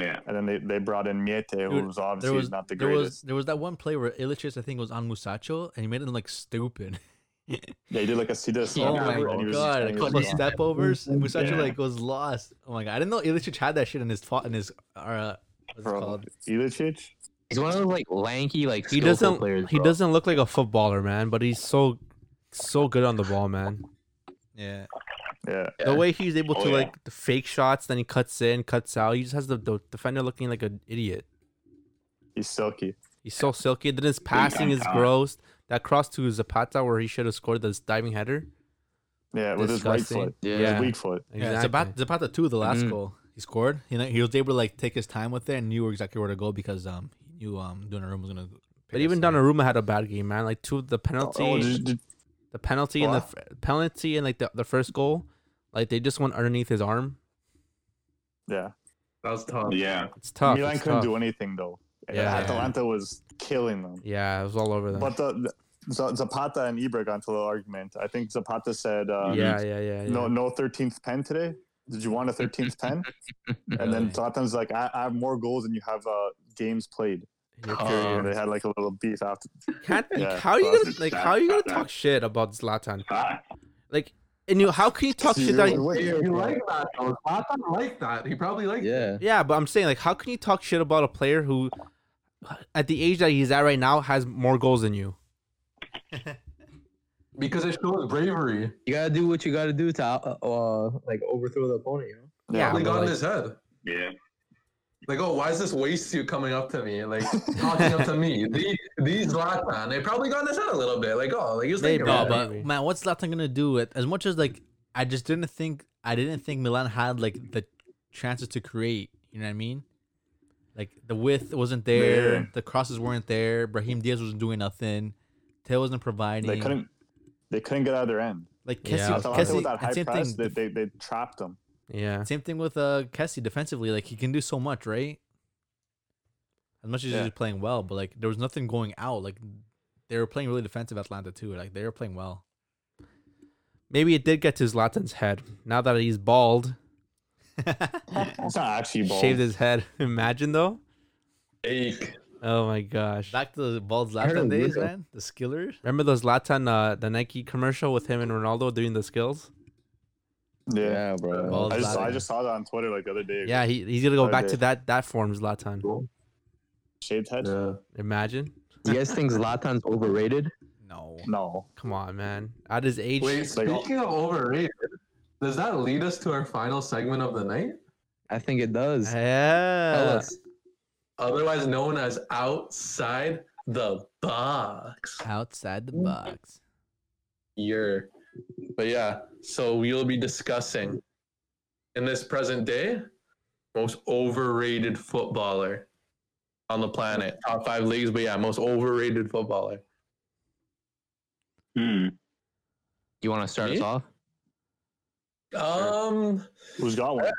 yeah, And then they, they brought in Miete, who Dude, was obviously There was not the there was greatest. there was that one play where Ilicic I think was on Musacho and he made him like stupid. yeah, he did like a he did a Oh slide over and he my was- god! and A he was couple of gone. step overs. and Musacho Yeah. like was lost. Oh my god! I didn't know Ilicic had that shit in his fa- in his uh, what's it Bro, called? Ilicic? He's one of those like lanky, like He skillful doesn't. Players, he bro. doesn't look like a footballer, man. But he's so, so good on the ball, man. Yeah. Yeah. The way he's able Oh, to yeah. like the fake shots, then he cuts in, cuts out. He just has the, the defender looking like an idiot. He's silky. He's so silky. Then his passing is talent. gross. That cross to Zapata where he should have scored this diving header. Yeah, with his right Disgusting. foot. Yeah. His weak foot. Yeah, Zapata, Zapata too. The last Mm-hmm. goal he scored, you know, he was able to like take his time with it and knew exactly where to go because um he knew um Donnarumma was gonna. But even Donnarumma. Donnarumma had a bad game, man. Like two the penalty, Oh, did, did, the penalty and the Wow. f- penalty and like the, the first goal, like they just went underneath his arm. yeah. That was tough. yeah. It's tough. Milan it's couldn't tough. do anything though. Yeah. Atalanta was killing them. Yeah, it was all over them. But the, the Z- Zapata and Ibra got into the argument. I think Zapata said, uh, yeah, yeah, yeah, yeah. "No, no thirteenth pen today. Did you want a thirteenth pen?" And Really? then Zlatan's like, I, "I have more goals than you have uh, games played." You're Oh. And curious. they had like a little beef after. Can't, Yeah, how are you that's gonna just like? bad, How are you bad, gonna bad. talk shit about Zlatan? Ah, Like, and you, how can you talk shit? That, Wait, You like that though. Zlatan liked that. He probably liked it. Yeah. Yeah, but I'm saying like, how can you talk shit about a player who, at the age that he's at right now, has more goals than you? Because it shows bravery. You gotta do what you gotta do to uh, uh like overthrow the opponent. You know? Yeah, Probably but, got in like- his head. yeah. Like, oh, why is this waste you coming up to me? Like, talking up to me. The- These Zlatan, they probably got in his head a little bit. Like, oh, like, he was thinking Maybe. about No, it. but maybe. man, what's Zlatan gonna do? With, as much as like I just didn't think I didn't think Milan had like the chances to create. You know what I mean? Like the width wasn't there, Yeah. the crosses weren't there. Brahim Diaz wasn't doing nothing. Tail wasn't providing. They couldn't. They couldn't get out of their end. like Yeah, Kessie, I Atalanta Kessie- with that and high same press, thing. they, they they trapped them. Yeah, Same thing with uh Kessie defensively. Like he can do so much, right? As much as Yeah. he's playing well, but like there was nothing going out. Like they were playing really defensive Atlanta too. Like they were playing well. maybe it did get to Zlatan's head. Now that he's bald, It's not actually ball. shaved his head. Imagine though. Ache. Oh my gosh. Back to the bald heard Zlatan a days, weirdo. man. The skillers. Remember those Zlatan, uh, the Nike commercial with him and Ronaldo doing the skills? Yeah. bro. Well, I just saw, I Zlatan. just saw that on Twitter like the other day. Yeah, he, he's gonna go I back to did. that that form, Zlatan. Shaved head. Imagine. you guys think Zlatan's overrated? No. No. Come on, man. At his age, Wait, like- speaking of overrated, does that lead us to our final segment of the night? I think it does. yeah. Fellas, Uh, Otherwise known as outside the box. Outside the box. year. But yeah, so we'll be discussing in this present day most overrated footballer. on the planet. Top five leagues, but yeah, most overrated footballer. Hmm. You want to start us Me? off? Um, Who's got one?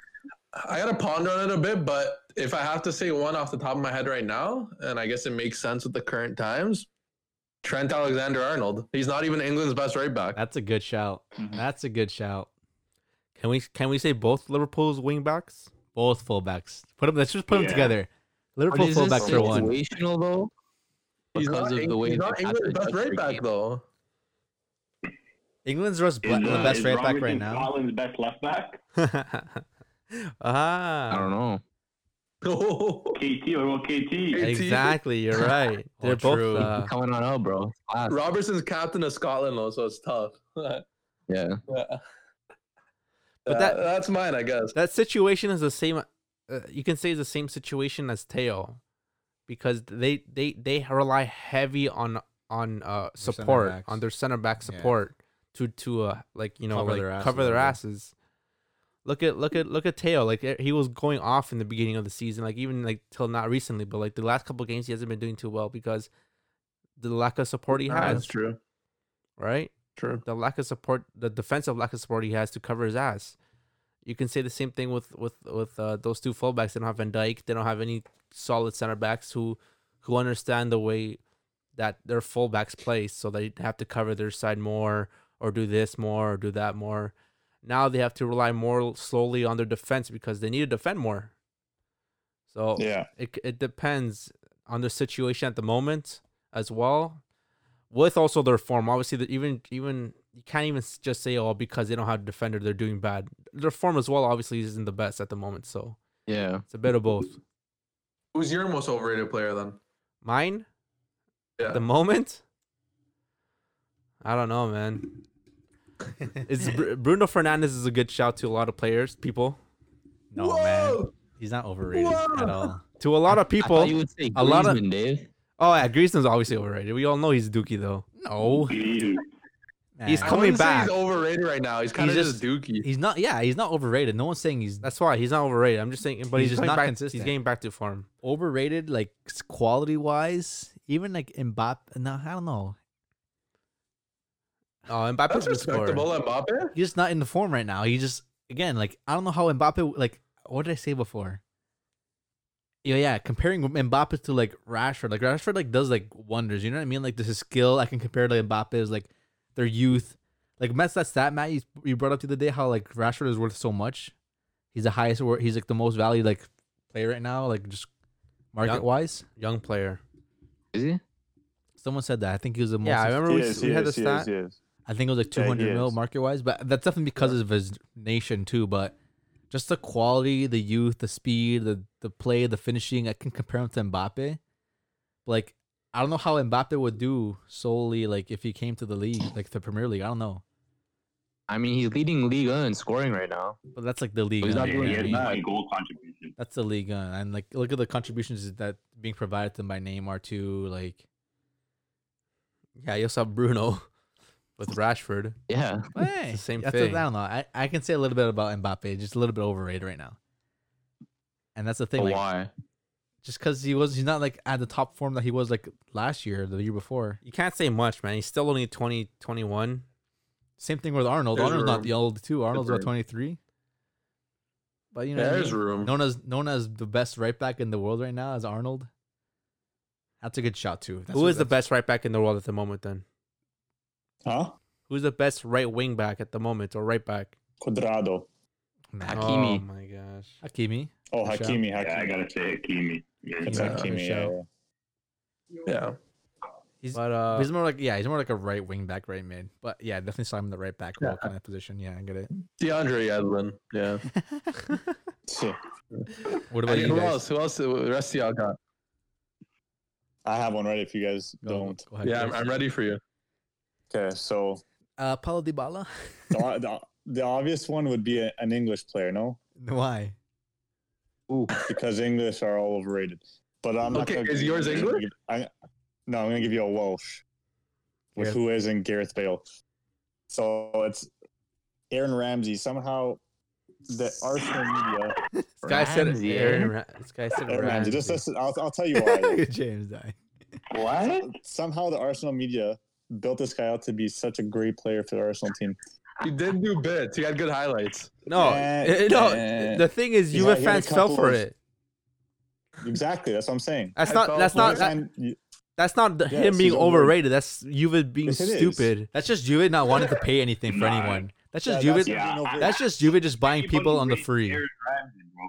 I gotta ponder on it a bit, but if I have to say one off the top of my head right now, and I guess it makes sense with the current times, Trent Alexander Arnold. He's not even England's best right back. That's a good shout. That's a good shout. Can we can we say both Liverpool's wing backs? Both fullbacks. Put them. Let's just put Yeah. them together. Liverpool But is this fullbacks are one. situational though? He's Because not, of Eng- the way he's they not have to England's best adjust their right back game. though. England's Russ Bla- Is, the uh, best is right back right Robertson now. Scotland's best left back. I ah, don't know. KT. What about KT? Hey. don't- exactly. You're right. They're Oh, true. both. Uh, Coming on out, bro. It's class. Robertson's captain of Scotland though, so it's tough. but Yeah. that- that's mine, I guess. that situation is the same. Uh, you can say it's the same situation as Teo, because they they they rely heavy on on uh center support backs. on their center back Yeah. support to to uh like you know Cover like, their asses cover a their little bit. asses. Look at Hmm. look at look at Teo. Like eh, he was going off in the beginning of the season, like even like till not recently, but like the last couple games he hasn't been doing too well because the lack of support he Ah, that's has. true. Right True. the lack of support, the defensive lack of support he has to cover his ass. You can say the same thing with with with uh, those two fullbacks. They don't have Van Dyke. They don't have any solid center backs who who understand the way that their fullbacks play. So they have to cover their side more, or do this more, or do that more. Now they have to rely more slowly on their defense because they need to defend more. So Yeah. it, it depends on the situation at the moment as well with also their form obviously that even even you can't even s- just say oh because they don't have a defender they're doing bad their form as well obviously isn't the best at the moment so Yeah. it's a bit of both Who's your most overrated player then? mine Yeah. at the moment i don't know man it's Br- bruno fernandez is a good shout to a lot of players people No man, he's not overrated at all. to a lot of I people thought you would say a lot of- Griezmann, Dave. oh yeah Griezmann's obviously overrated we all know he's dookie though no Ew. He's He's I coming wouldn't say back. He's overrated right now. He's kind of He's just, dookie. he's not. Yeah, he's not overrated. No one's saying he's that's why he's not overrated i'm just saying but He's he's, just coming not back, consistent. he's getting back to form overrated. Like quality wise, even like Mbappe. No, I don't know. Oh, Mbappe That's can score. respectable, Mbappe. He's just not in the form right now. He just again like I don't know how Mbappe like what did I say before? Yeah, yeah. Comparing Mbappe to like Rashford, like Rashford like does like wonders. You know what I mean? Like this is skill. I can compare to Mbappe's like their youth. Like that's that stat Matt you, you brought up the other day how like Rashford is worth so much. He's the highest. wor- He's like the most valued like player right now. Like just market wise. Young player. Is he? Someone said that. I think he was the most. Yeah, I remember we, Yes, we had the yes, yes, stat. yes. I think it was like Yeah, he 200 mil is. market wise, but that's definitely because of his nation too. But just the quality, the youth, the speed, the the play, the finishing, I can compare him to Mbappe. But like, I don't know how Mbappe would do solely like if he came to the league, like the Premier League. I don't know, I mean, he's leading Liga in scoring right now. but that's like the league. He's uh, not you Yeah, know doing he what I has mean? one goal contribution. That's the league, uh, and like look at the contributions that being provided to them by Neymar too. Like, Yeah, you also have Bruno with Rashford. Yeah. hey, the same that's thing. I don't know. I, I can say a little bit about Mbappe, just a little bit overrated right now. And that's the thing. But like, why? just because he was he's not like at the top form that he was like last year the year before You can't say much, man. He's still only 20, 21. same thing with arnold There's arnold's not room. the old too arnold's about room. 23 but you know what I There's mean? room. known as known as the best right back in the world right now as arnold that's a good shot too That's Who what- is the that's- best right back in the world at the moment then? Huh? Who's the best right wing back at the moment or right back? Quadrado. Nah, Oh Hakimi. my gosh. hakimi Oh, Good shout. Hakimi. Hakimi. Yeah, I gotta say Hakimi. Yeah, It's Yeah. Hakimi. Good shout. yeah, yeah. yeah. he's But uh he's more like yeah he's more like a right wing back right mid but yeah definitely saw him in the right back role Yeah. kind of position yeah i get it DeAndre Yedlin. Yeah. Shit. what I about mean, you who guys else? Who else? The rest of y'all got? I have one ready if you guys Go- don't. go ahead, Yeah, I'm, Chris. I'm ready for you. Okay, so uh paulo dybala the, the, the obvious one would be a, an English player, no? why Because English are all overrated. But I'm not Okay, gonna- is yours English? I, no, I'm going to give you a Welsh with who is in Gareth Bale. So it's Aaron Ramsey. Somehow the Arsenal media, This guy said Ramsey, eh? Aaron. Ra- this guy said Aaron Ramsey, just Ramsey. listen, I'll, I'll tell you why. James die. What? Somehow the Arsenal media built this guy out to be such a great player for the Arsenal team. He did do bits. He had good highlights. No, Eh, eh, no. eh. the thing is, Yeah, UF he had a fans fell couple for of- it. Exactly, that's what I'm saying. That's I not. fell That's for not. Every that- time you- That's not the, Yeah, him it's being his own word. overrated. That's Juve being Yes, it is. stupid. That's just Juve not wanting to pay anything for Nah. anyone. That's Yeah, just that's Juve. what Yeah. Gino Bru- That's just Juve just buying people on the Anybody free. rate Aaron Ramsey, bro.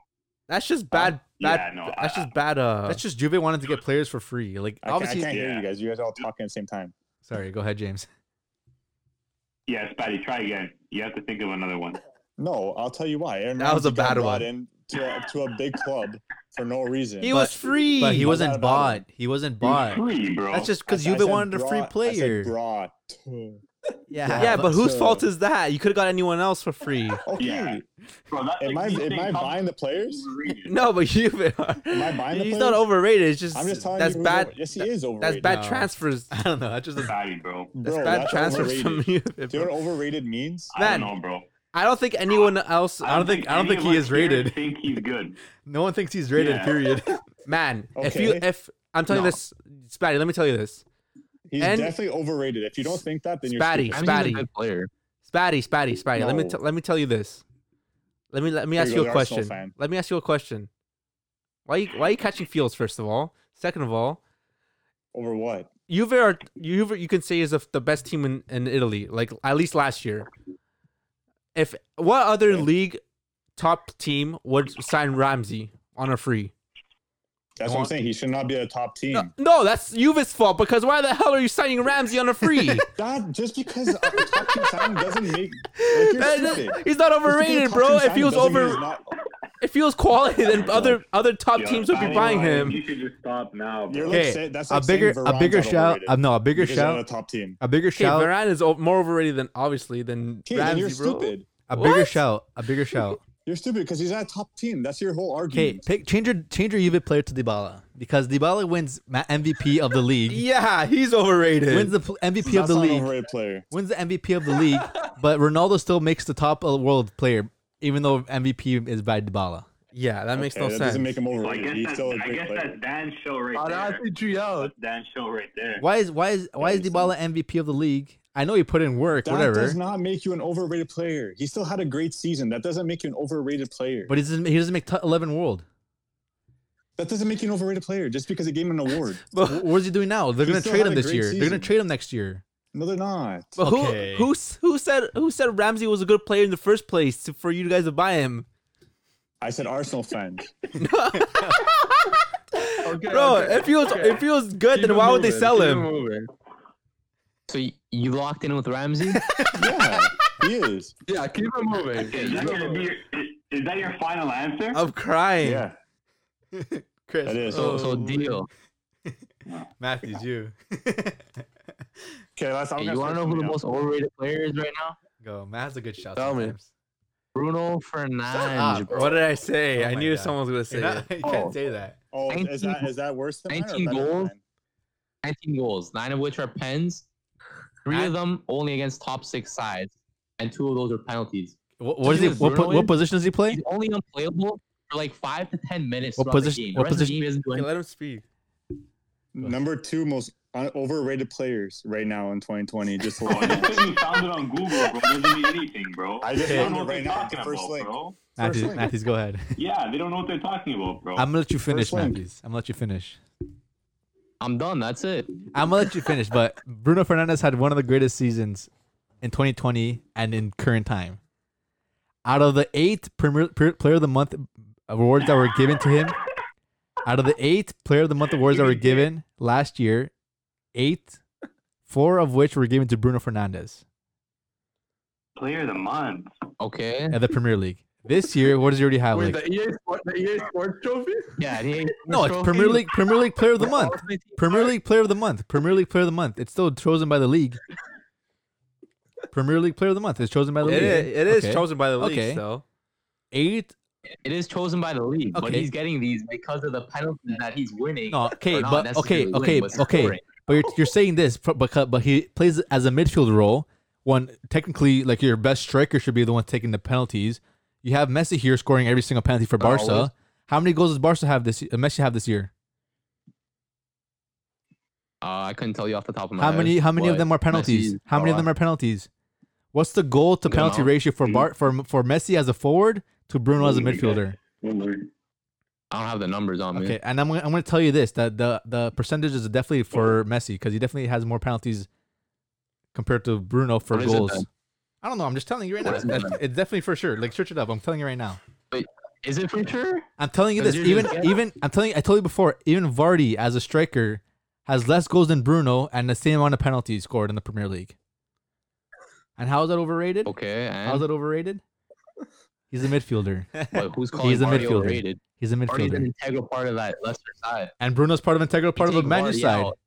That's just bad. Yeah, bad. no, that's I- just bad. Uh, That's just Juve wanted to get players for free. Like I, can't- I obviously, can't hear Yeah. you guys. You guys are all talking at the same time. sorry. Go ahead, James. Yeah, Spatty, try again. You have to think of another one. No, I'll tell you why. Aaron That was a Ramsey got bad brought one. In to, a, to a big club for no reason. he But- was free. But he was wasn't not about bought. He wasn't He's bought. free, bro. That's just because I- I Juve said wanted a free brought- I said player. brought. Yeah, Yeah, yeah, but but- whose fault is that? You could have got anyone else for free. Okay. Yeah. Bro, that's Am like I me saying am I Tom buying the players? Brady. No, but Juve. I buying the he's not players? overrated. It's just, I'm just telling that's you. who's bad. over- Yes, he is overrated. That's bad No. transfers. I don't know. That's just a, Spatty, bro. Bro, That's bad that's transfers from overrated. Juve. Do you know bro. what overrated means? I don't Man. know, bro. I don't think anyone else. I don't think- I don't any think of he us is here rated. Think he's good. no one thinks he's rated. Yeah. Period. Man, if you Okay. if I'm telling you No. this, Spatty, let me tell you this, He's And- definitely overrated. If you don't think that, then you're Spatty, stupid. I mean, he's a Spatty. good player. Spatty, Spatty, Spatty. Let me No. t- let me tell you this. Let me let me Here ask you you go, a the Arsenal question. fan. Let me ask you a question. Why you why you catching fields first of all? Second of all, Over what? Juve are Juve you can say is the the best team in, in Italy, like at least last year. If what other Okay. league top team would sign Ramsey on a free? That's what I'm saying. He should not be a top team. No, no, that's Juve's fault because why the hell are you signing Ramsey on a free? That just because a top team signing doesn't make like you're That- stupid. he's Just because not a overrated, top bro. team If he signing was doesn't mean over, he's not- if he was quality, then other other top Yeah, teams would be Spatty, buying bro, him. You should just stop now, bro. you're like, Okay, say- that's a like saying bigger, a Varane's bigger not shout. overrated Uh, no, a bigger because he's not a shout. top team. A bigger Okay, shout. Varane is o- more overrated than obviously than Okay, then Ramsey, you're bro. stupid. A bigger What? shout. A bigger shout. You're stupid because he's not a top team. That's your whole Okay, argument. pick change your change your Juve player to DiBala because DiBala wins ma- MVP of the league. Yeah, he's overrated. Wins the pl- MVP of That's the not an league. overrated player. Wins the MVP of the league. But Ronaldo still makes the top uh, world player, even though MVP is by DiBala. yeah, that makes Okay, no that sense. doesn't make him So I overrated. guess, He's that's, still a I great guess player. that's Dan's show right I'd there. actually you out. That's Dan's show right there. Why is why is why is That makes DiBala MVP of the league? I know you put in work, That whatever, does not make you an overrated player. He still had a great season. That doesn't make you an overrated player. but he doesn't he doesn't make top eleven world. that doesn't make you an overrated player just because it gave him an award. Wh- what is he doing now? They're He gonna still trade had him a this great year. They're gonna season. trade him next year. No, they're not. But who Okay. who s- who said who said Ramsey was a good player in the first place to, for you guys to buy him? I said Arsenal fans. Okay, Bro, okay, if he was okay. if he was good, Keep then it why would they moving, sell keep it him? moving. So you, you locked in with Ramsey? yeah, he is. Yeah, keep it moving. Is that gonna be your, is, is that your final answer? I'm crying. Yeah, Chris. that is. so, Oh, so deal. Matthews, you Okay, let's. I'm Hey, gonna you want to start know who the coming most overrated player is right now? go. Matt's Oh, a good shot. Tell me. sometimes. Bruno Fernandes. bro. What did I say? Ah, Oh I my knew God. someone was gonna say You're it. not- you Oh. can't say that. out. Oh, 19 is that is that worse than mine or 19 better than goals. mine? 19 goals, nine of which are pens. Three of them only against top six sides, and two of those are penalties. What, So what is he he? was What, po- Bruno what in? position does he play? He's only unplayable for like five to ten minutes. What throughout the position- game. what The rest of the position- game isn't doing Okay, let him speak. Number two most un- overrated players right now in 2020. Just Bro, you couldn't found it on Google, bro. It doesn't mean anything, bro. I just They don't found know it what they're right now at the talking first Oh. about, link. bro. Matthews, link. Matthews, go ahead. Yeah, they don't know what they're talking about, bro. I'm gonna let you finish, link. Matthews. I'm gonna let you finish. I'm done. That's it. I'm gonna let you finish. But Bruno Fernandez had one of the greatest seasons in 2020 and in current time. Out of the eight Premier Pre- Player of the Month awards that were given to him, out of the eight Player of the Month awards that were given last year, eight, four of which were given to Bruno Fernandez Player of the month. Okay. at the Premier League. This year, what does he already have? Wait, Like, the EA, Sport, the EA Sports Trophy? Yeah. he ain't- no, it's Premier League Premier League Player of the Month. Premier League Player of the Month. Premier League Player of the Month. It's still chosen by the league. Premier League Player of the Month is chosen by the It league. is, it is Okay. chosen by the league, Okay. so Eight. It is chosen by the league, but Okay. he's getting these because of the penalties that he's winning. No. Or Okay, not but necessarily okay, winning, okay, but okay. scoring. But you're, you're saying this fr- because but he plays as a midfield role. One technically, like your best striker should be the one taking the penalties. You have Messi here scoring every single penalty Oh, for Not Barca. always. How many goals does Barca have this? Uh, Messi have this year? Uh, I couldn't tell you off the top of my How head. many? How many of but them are penalties? Messi's How many of a them lot. are penalties? What's the goal to Good penalty amount. ratio for Bar for for Messi as a forward to Bruno as a Oh my God. midfielder? Oh my God. I don't have the numbers on me. Okay, and I'm gonna, I'm gonna tell you this that the the percentage is definitely for Messi because he definitely has more penalties compared to Bruno for What is it goals. then? I don't know. I'm just telling you right now. What is it It's, then? it's definitely for sure. Like search it up. I'm telling you right now. Is it for sure? I'm telling you this. 'Cause you're Even just guessing. even I'm telling you. I told you before. Even Vardy as a striker has less goals than Bruno and the same amount of penalties scored in the Premier League. And how is that overrated? Okay. How is And that overrated? He's a midfielder. but who's calling He's a Vardy midfielder. overrated? He's a Vardy's an midfielder. integral part of that Leicester side. And Bruno's part of integral part of You the take Man U Vardy side. out,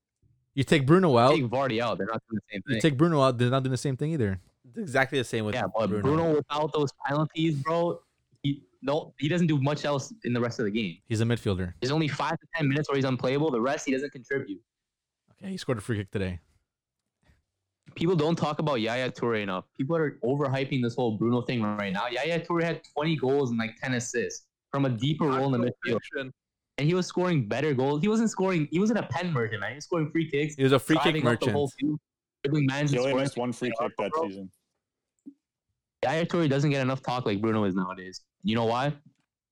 You take Bruno out. Take Vardy out. They're not doing the same You thing. take Bruno out, they're not doing the same thing either. It's exactly the same with yeah, but Bruno. without those penalties, bro, he no, he doesn't do much else in the rest of the game. He's a midfielder. There's only five to ten minutes where he's unplayable. The rest, he doesn't contribute. Okay, he scored a free kick today. People don't talk about Yaya Toure enough. People are overhyping this whole Bruno thing right now. Yaya Toure had 20 goals and like 10 assists from a deeper role in the midfield, and he was scoring better goals. He wasn't scoring. He wasn't a pen merchant, man. He was scoring free kicks, He was a free kick driving up the merchant. whole field, dribbling man, He only scoring. missed one free kick that season. Yaya Toure doesn't get enough talk like Bruno is nowadays. You know why?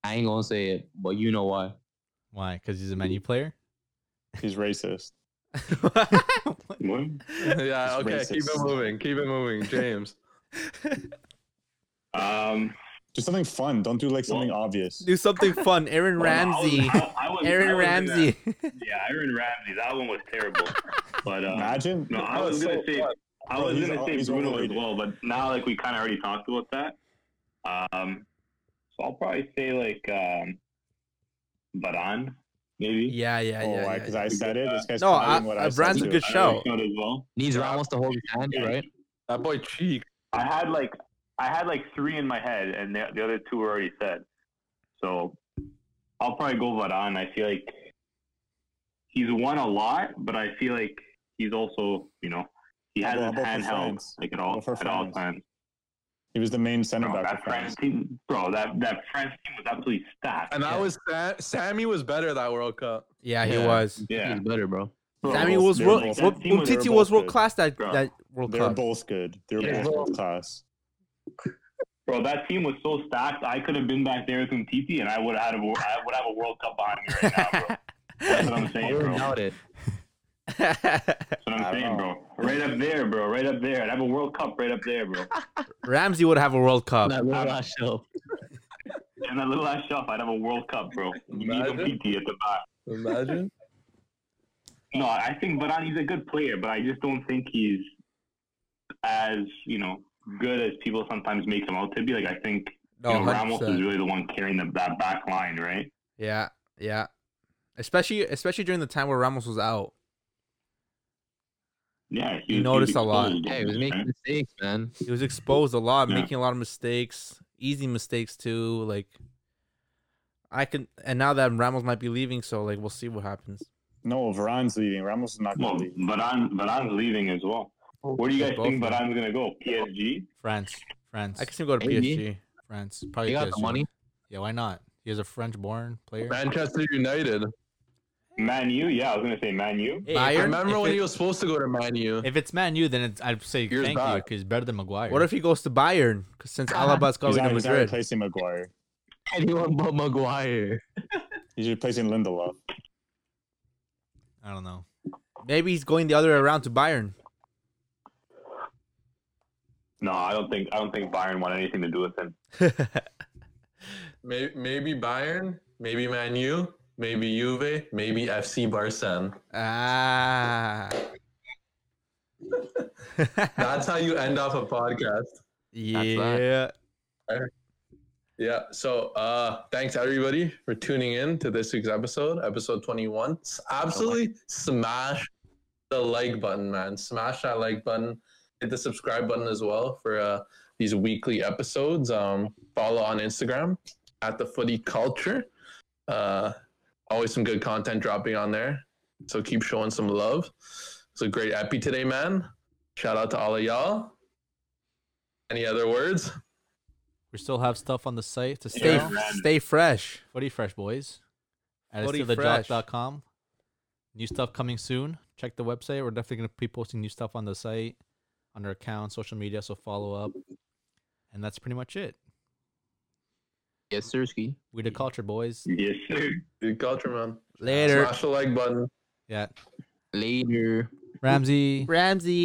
I ain't gonna say it, but you know why. Why? Because he's a menu player? He's racist. What? yeah, It's okay. Keep it racist. moving. Keep it moving, James. Um, Do something fun. Don't do like something obvious. Do something fun. Aaron Ramsey. I was- I- I was- I Aaron was in Ramsey. that- Yeah, Aaron Ramsey. That one was terrible. But uh, Imagine. no, I was gonna say I Bro, was he's gonna all- say he's Bruno as overrated. well, but now like we kind of already talked about that. Um, so I'll probably say like um, Baran, maybe. Yeah, yeah, yeah. Oh, why? yeah, Because yeah. I said it. This guy's No, copying I- what uh, I said. Brand's a too. good I show. really thought as well. Needs Ramos to hold his hand, right? That boy Cheek. I had like I had like three in my head, and the, the other two were already said. So I'll probably go Varane. I feel like he's won a lot, but I feel like he's also you know he has How his about hand for held France? like at How all about for at all France? times. He was the main center Bro, back that for France. France team, bro, that that France team was absolutely stacked. And that was Sa- Sammy was better that World Cup. Yeah, he Yeah. was. yeah, He's better, bro. Bro, Sammy both- was they're world. both- that team was- Umtiti they're was both world good. class that Bro. that World They're Cup. both good. They're Yeah. both world class. bro, that team was so stacked. I could have been back there with Umtiti, and I would have had a, wor- I would have a World Cup behind me right now, bro. That's what I'm I saying, wouldn't bro. doubt it. That's what I I'm don't saying, bro. Right up there, bro. Right up there. I'd have a World Cup right up there, bro. Ramsey would have a World Cup. That little ass show. And that little ass shelf, I'd have a World Cup, bro. You need a Imagine. PT at the back. Imagine. No, I think Varane, he's a good player, but I just don't think he's as, you know, good as people sometimes make him out to be. Like, I think No, you know, Ramos 100%. is really the one carrying the, that back line, right? Yeah, yeah. Especially especially during the time where Ramos was out. Yeah. You was- noticed was a lot. exposed, Hey, he was making right? mistakes, man. He was exposed a lot, Yeah. making a lot of mistakes, easy mistakes too. Like I can, and now that Ramos might be leaving, so like we'll see what happens. No, Varane's leaving. Ramos is not going Well, to leave. Varane, Varane's leaving as well. Where do you guys Both think of them. Varane's going to go? PSG? France. France. I can see him go to Maybe. PSG. France. Probably They got the PSG. money. Yeah, why not? He is a French born player. Manchester United. Man U? Yeah, I was going to say Man U. Hey, Bayern? if- Remember if when it- he was supposed to go to Man U? If it's Man U, then it's, I'd say Years thank you back. because he's better than Maguire. What if he goes to Bayern? 'Cause since Ah, He's Alaba's going not, to he's not Madrid, replacing Maguire. Anyone but Maguire. He's replacing Lindelof. I don't know. maybe he's going the other way around to Bayern. No, I don't think I don't think Byron want anything to do with him. Maybe, maybe Bayern, maybe Man U, maybe Juve, maybe FC Barcelona. ah, That's how you end off a podcast. yeah. Yeah. So uh thanks everybody for tuning in to this week's episode, episode 21. S- Absolutely smash the like button, man. Smash that like button. Hit the subscribe button as well for uh these weekly episodes. Um follow on Instagram at the footy culture. Uh always some good content dropping on there. So keep showing some love. It's a great epi today, man. Shout out to all of y'all. Any other words? We still have stuff on the site to stay Yeah. stay fresh. Footy fresh boys. At Footy stillthejot.com. New stuff coming soon. Check the website. We're definitely going to be posting new stuff on the site, on our account, social media. So follow up. And that's pretty much it. Yes, Sirski. We the culture boys. Yes, sir. Dude, culture man. Later, Smash the like button. Yeah. Later. Ramsey. Ramsey.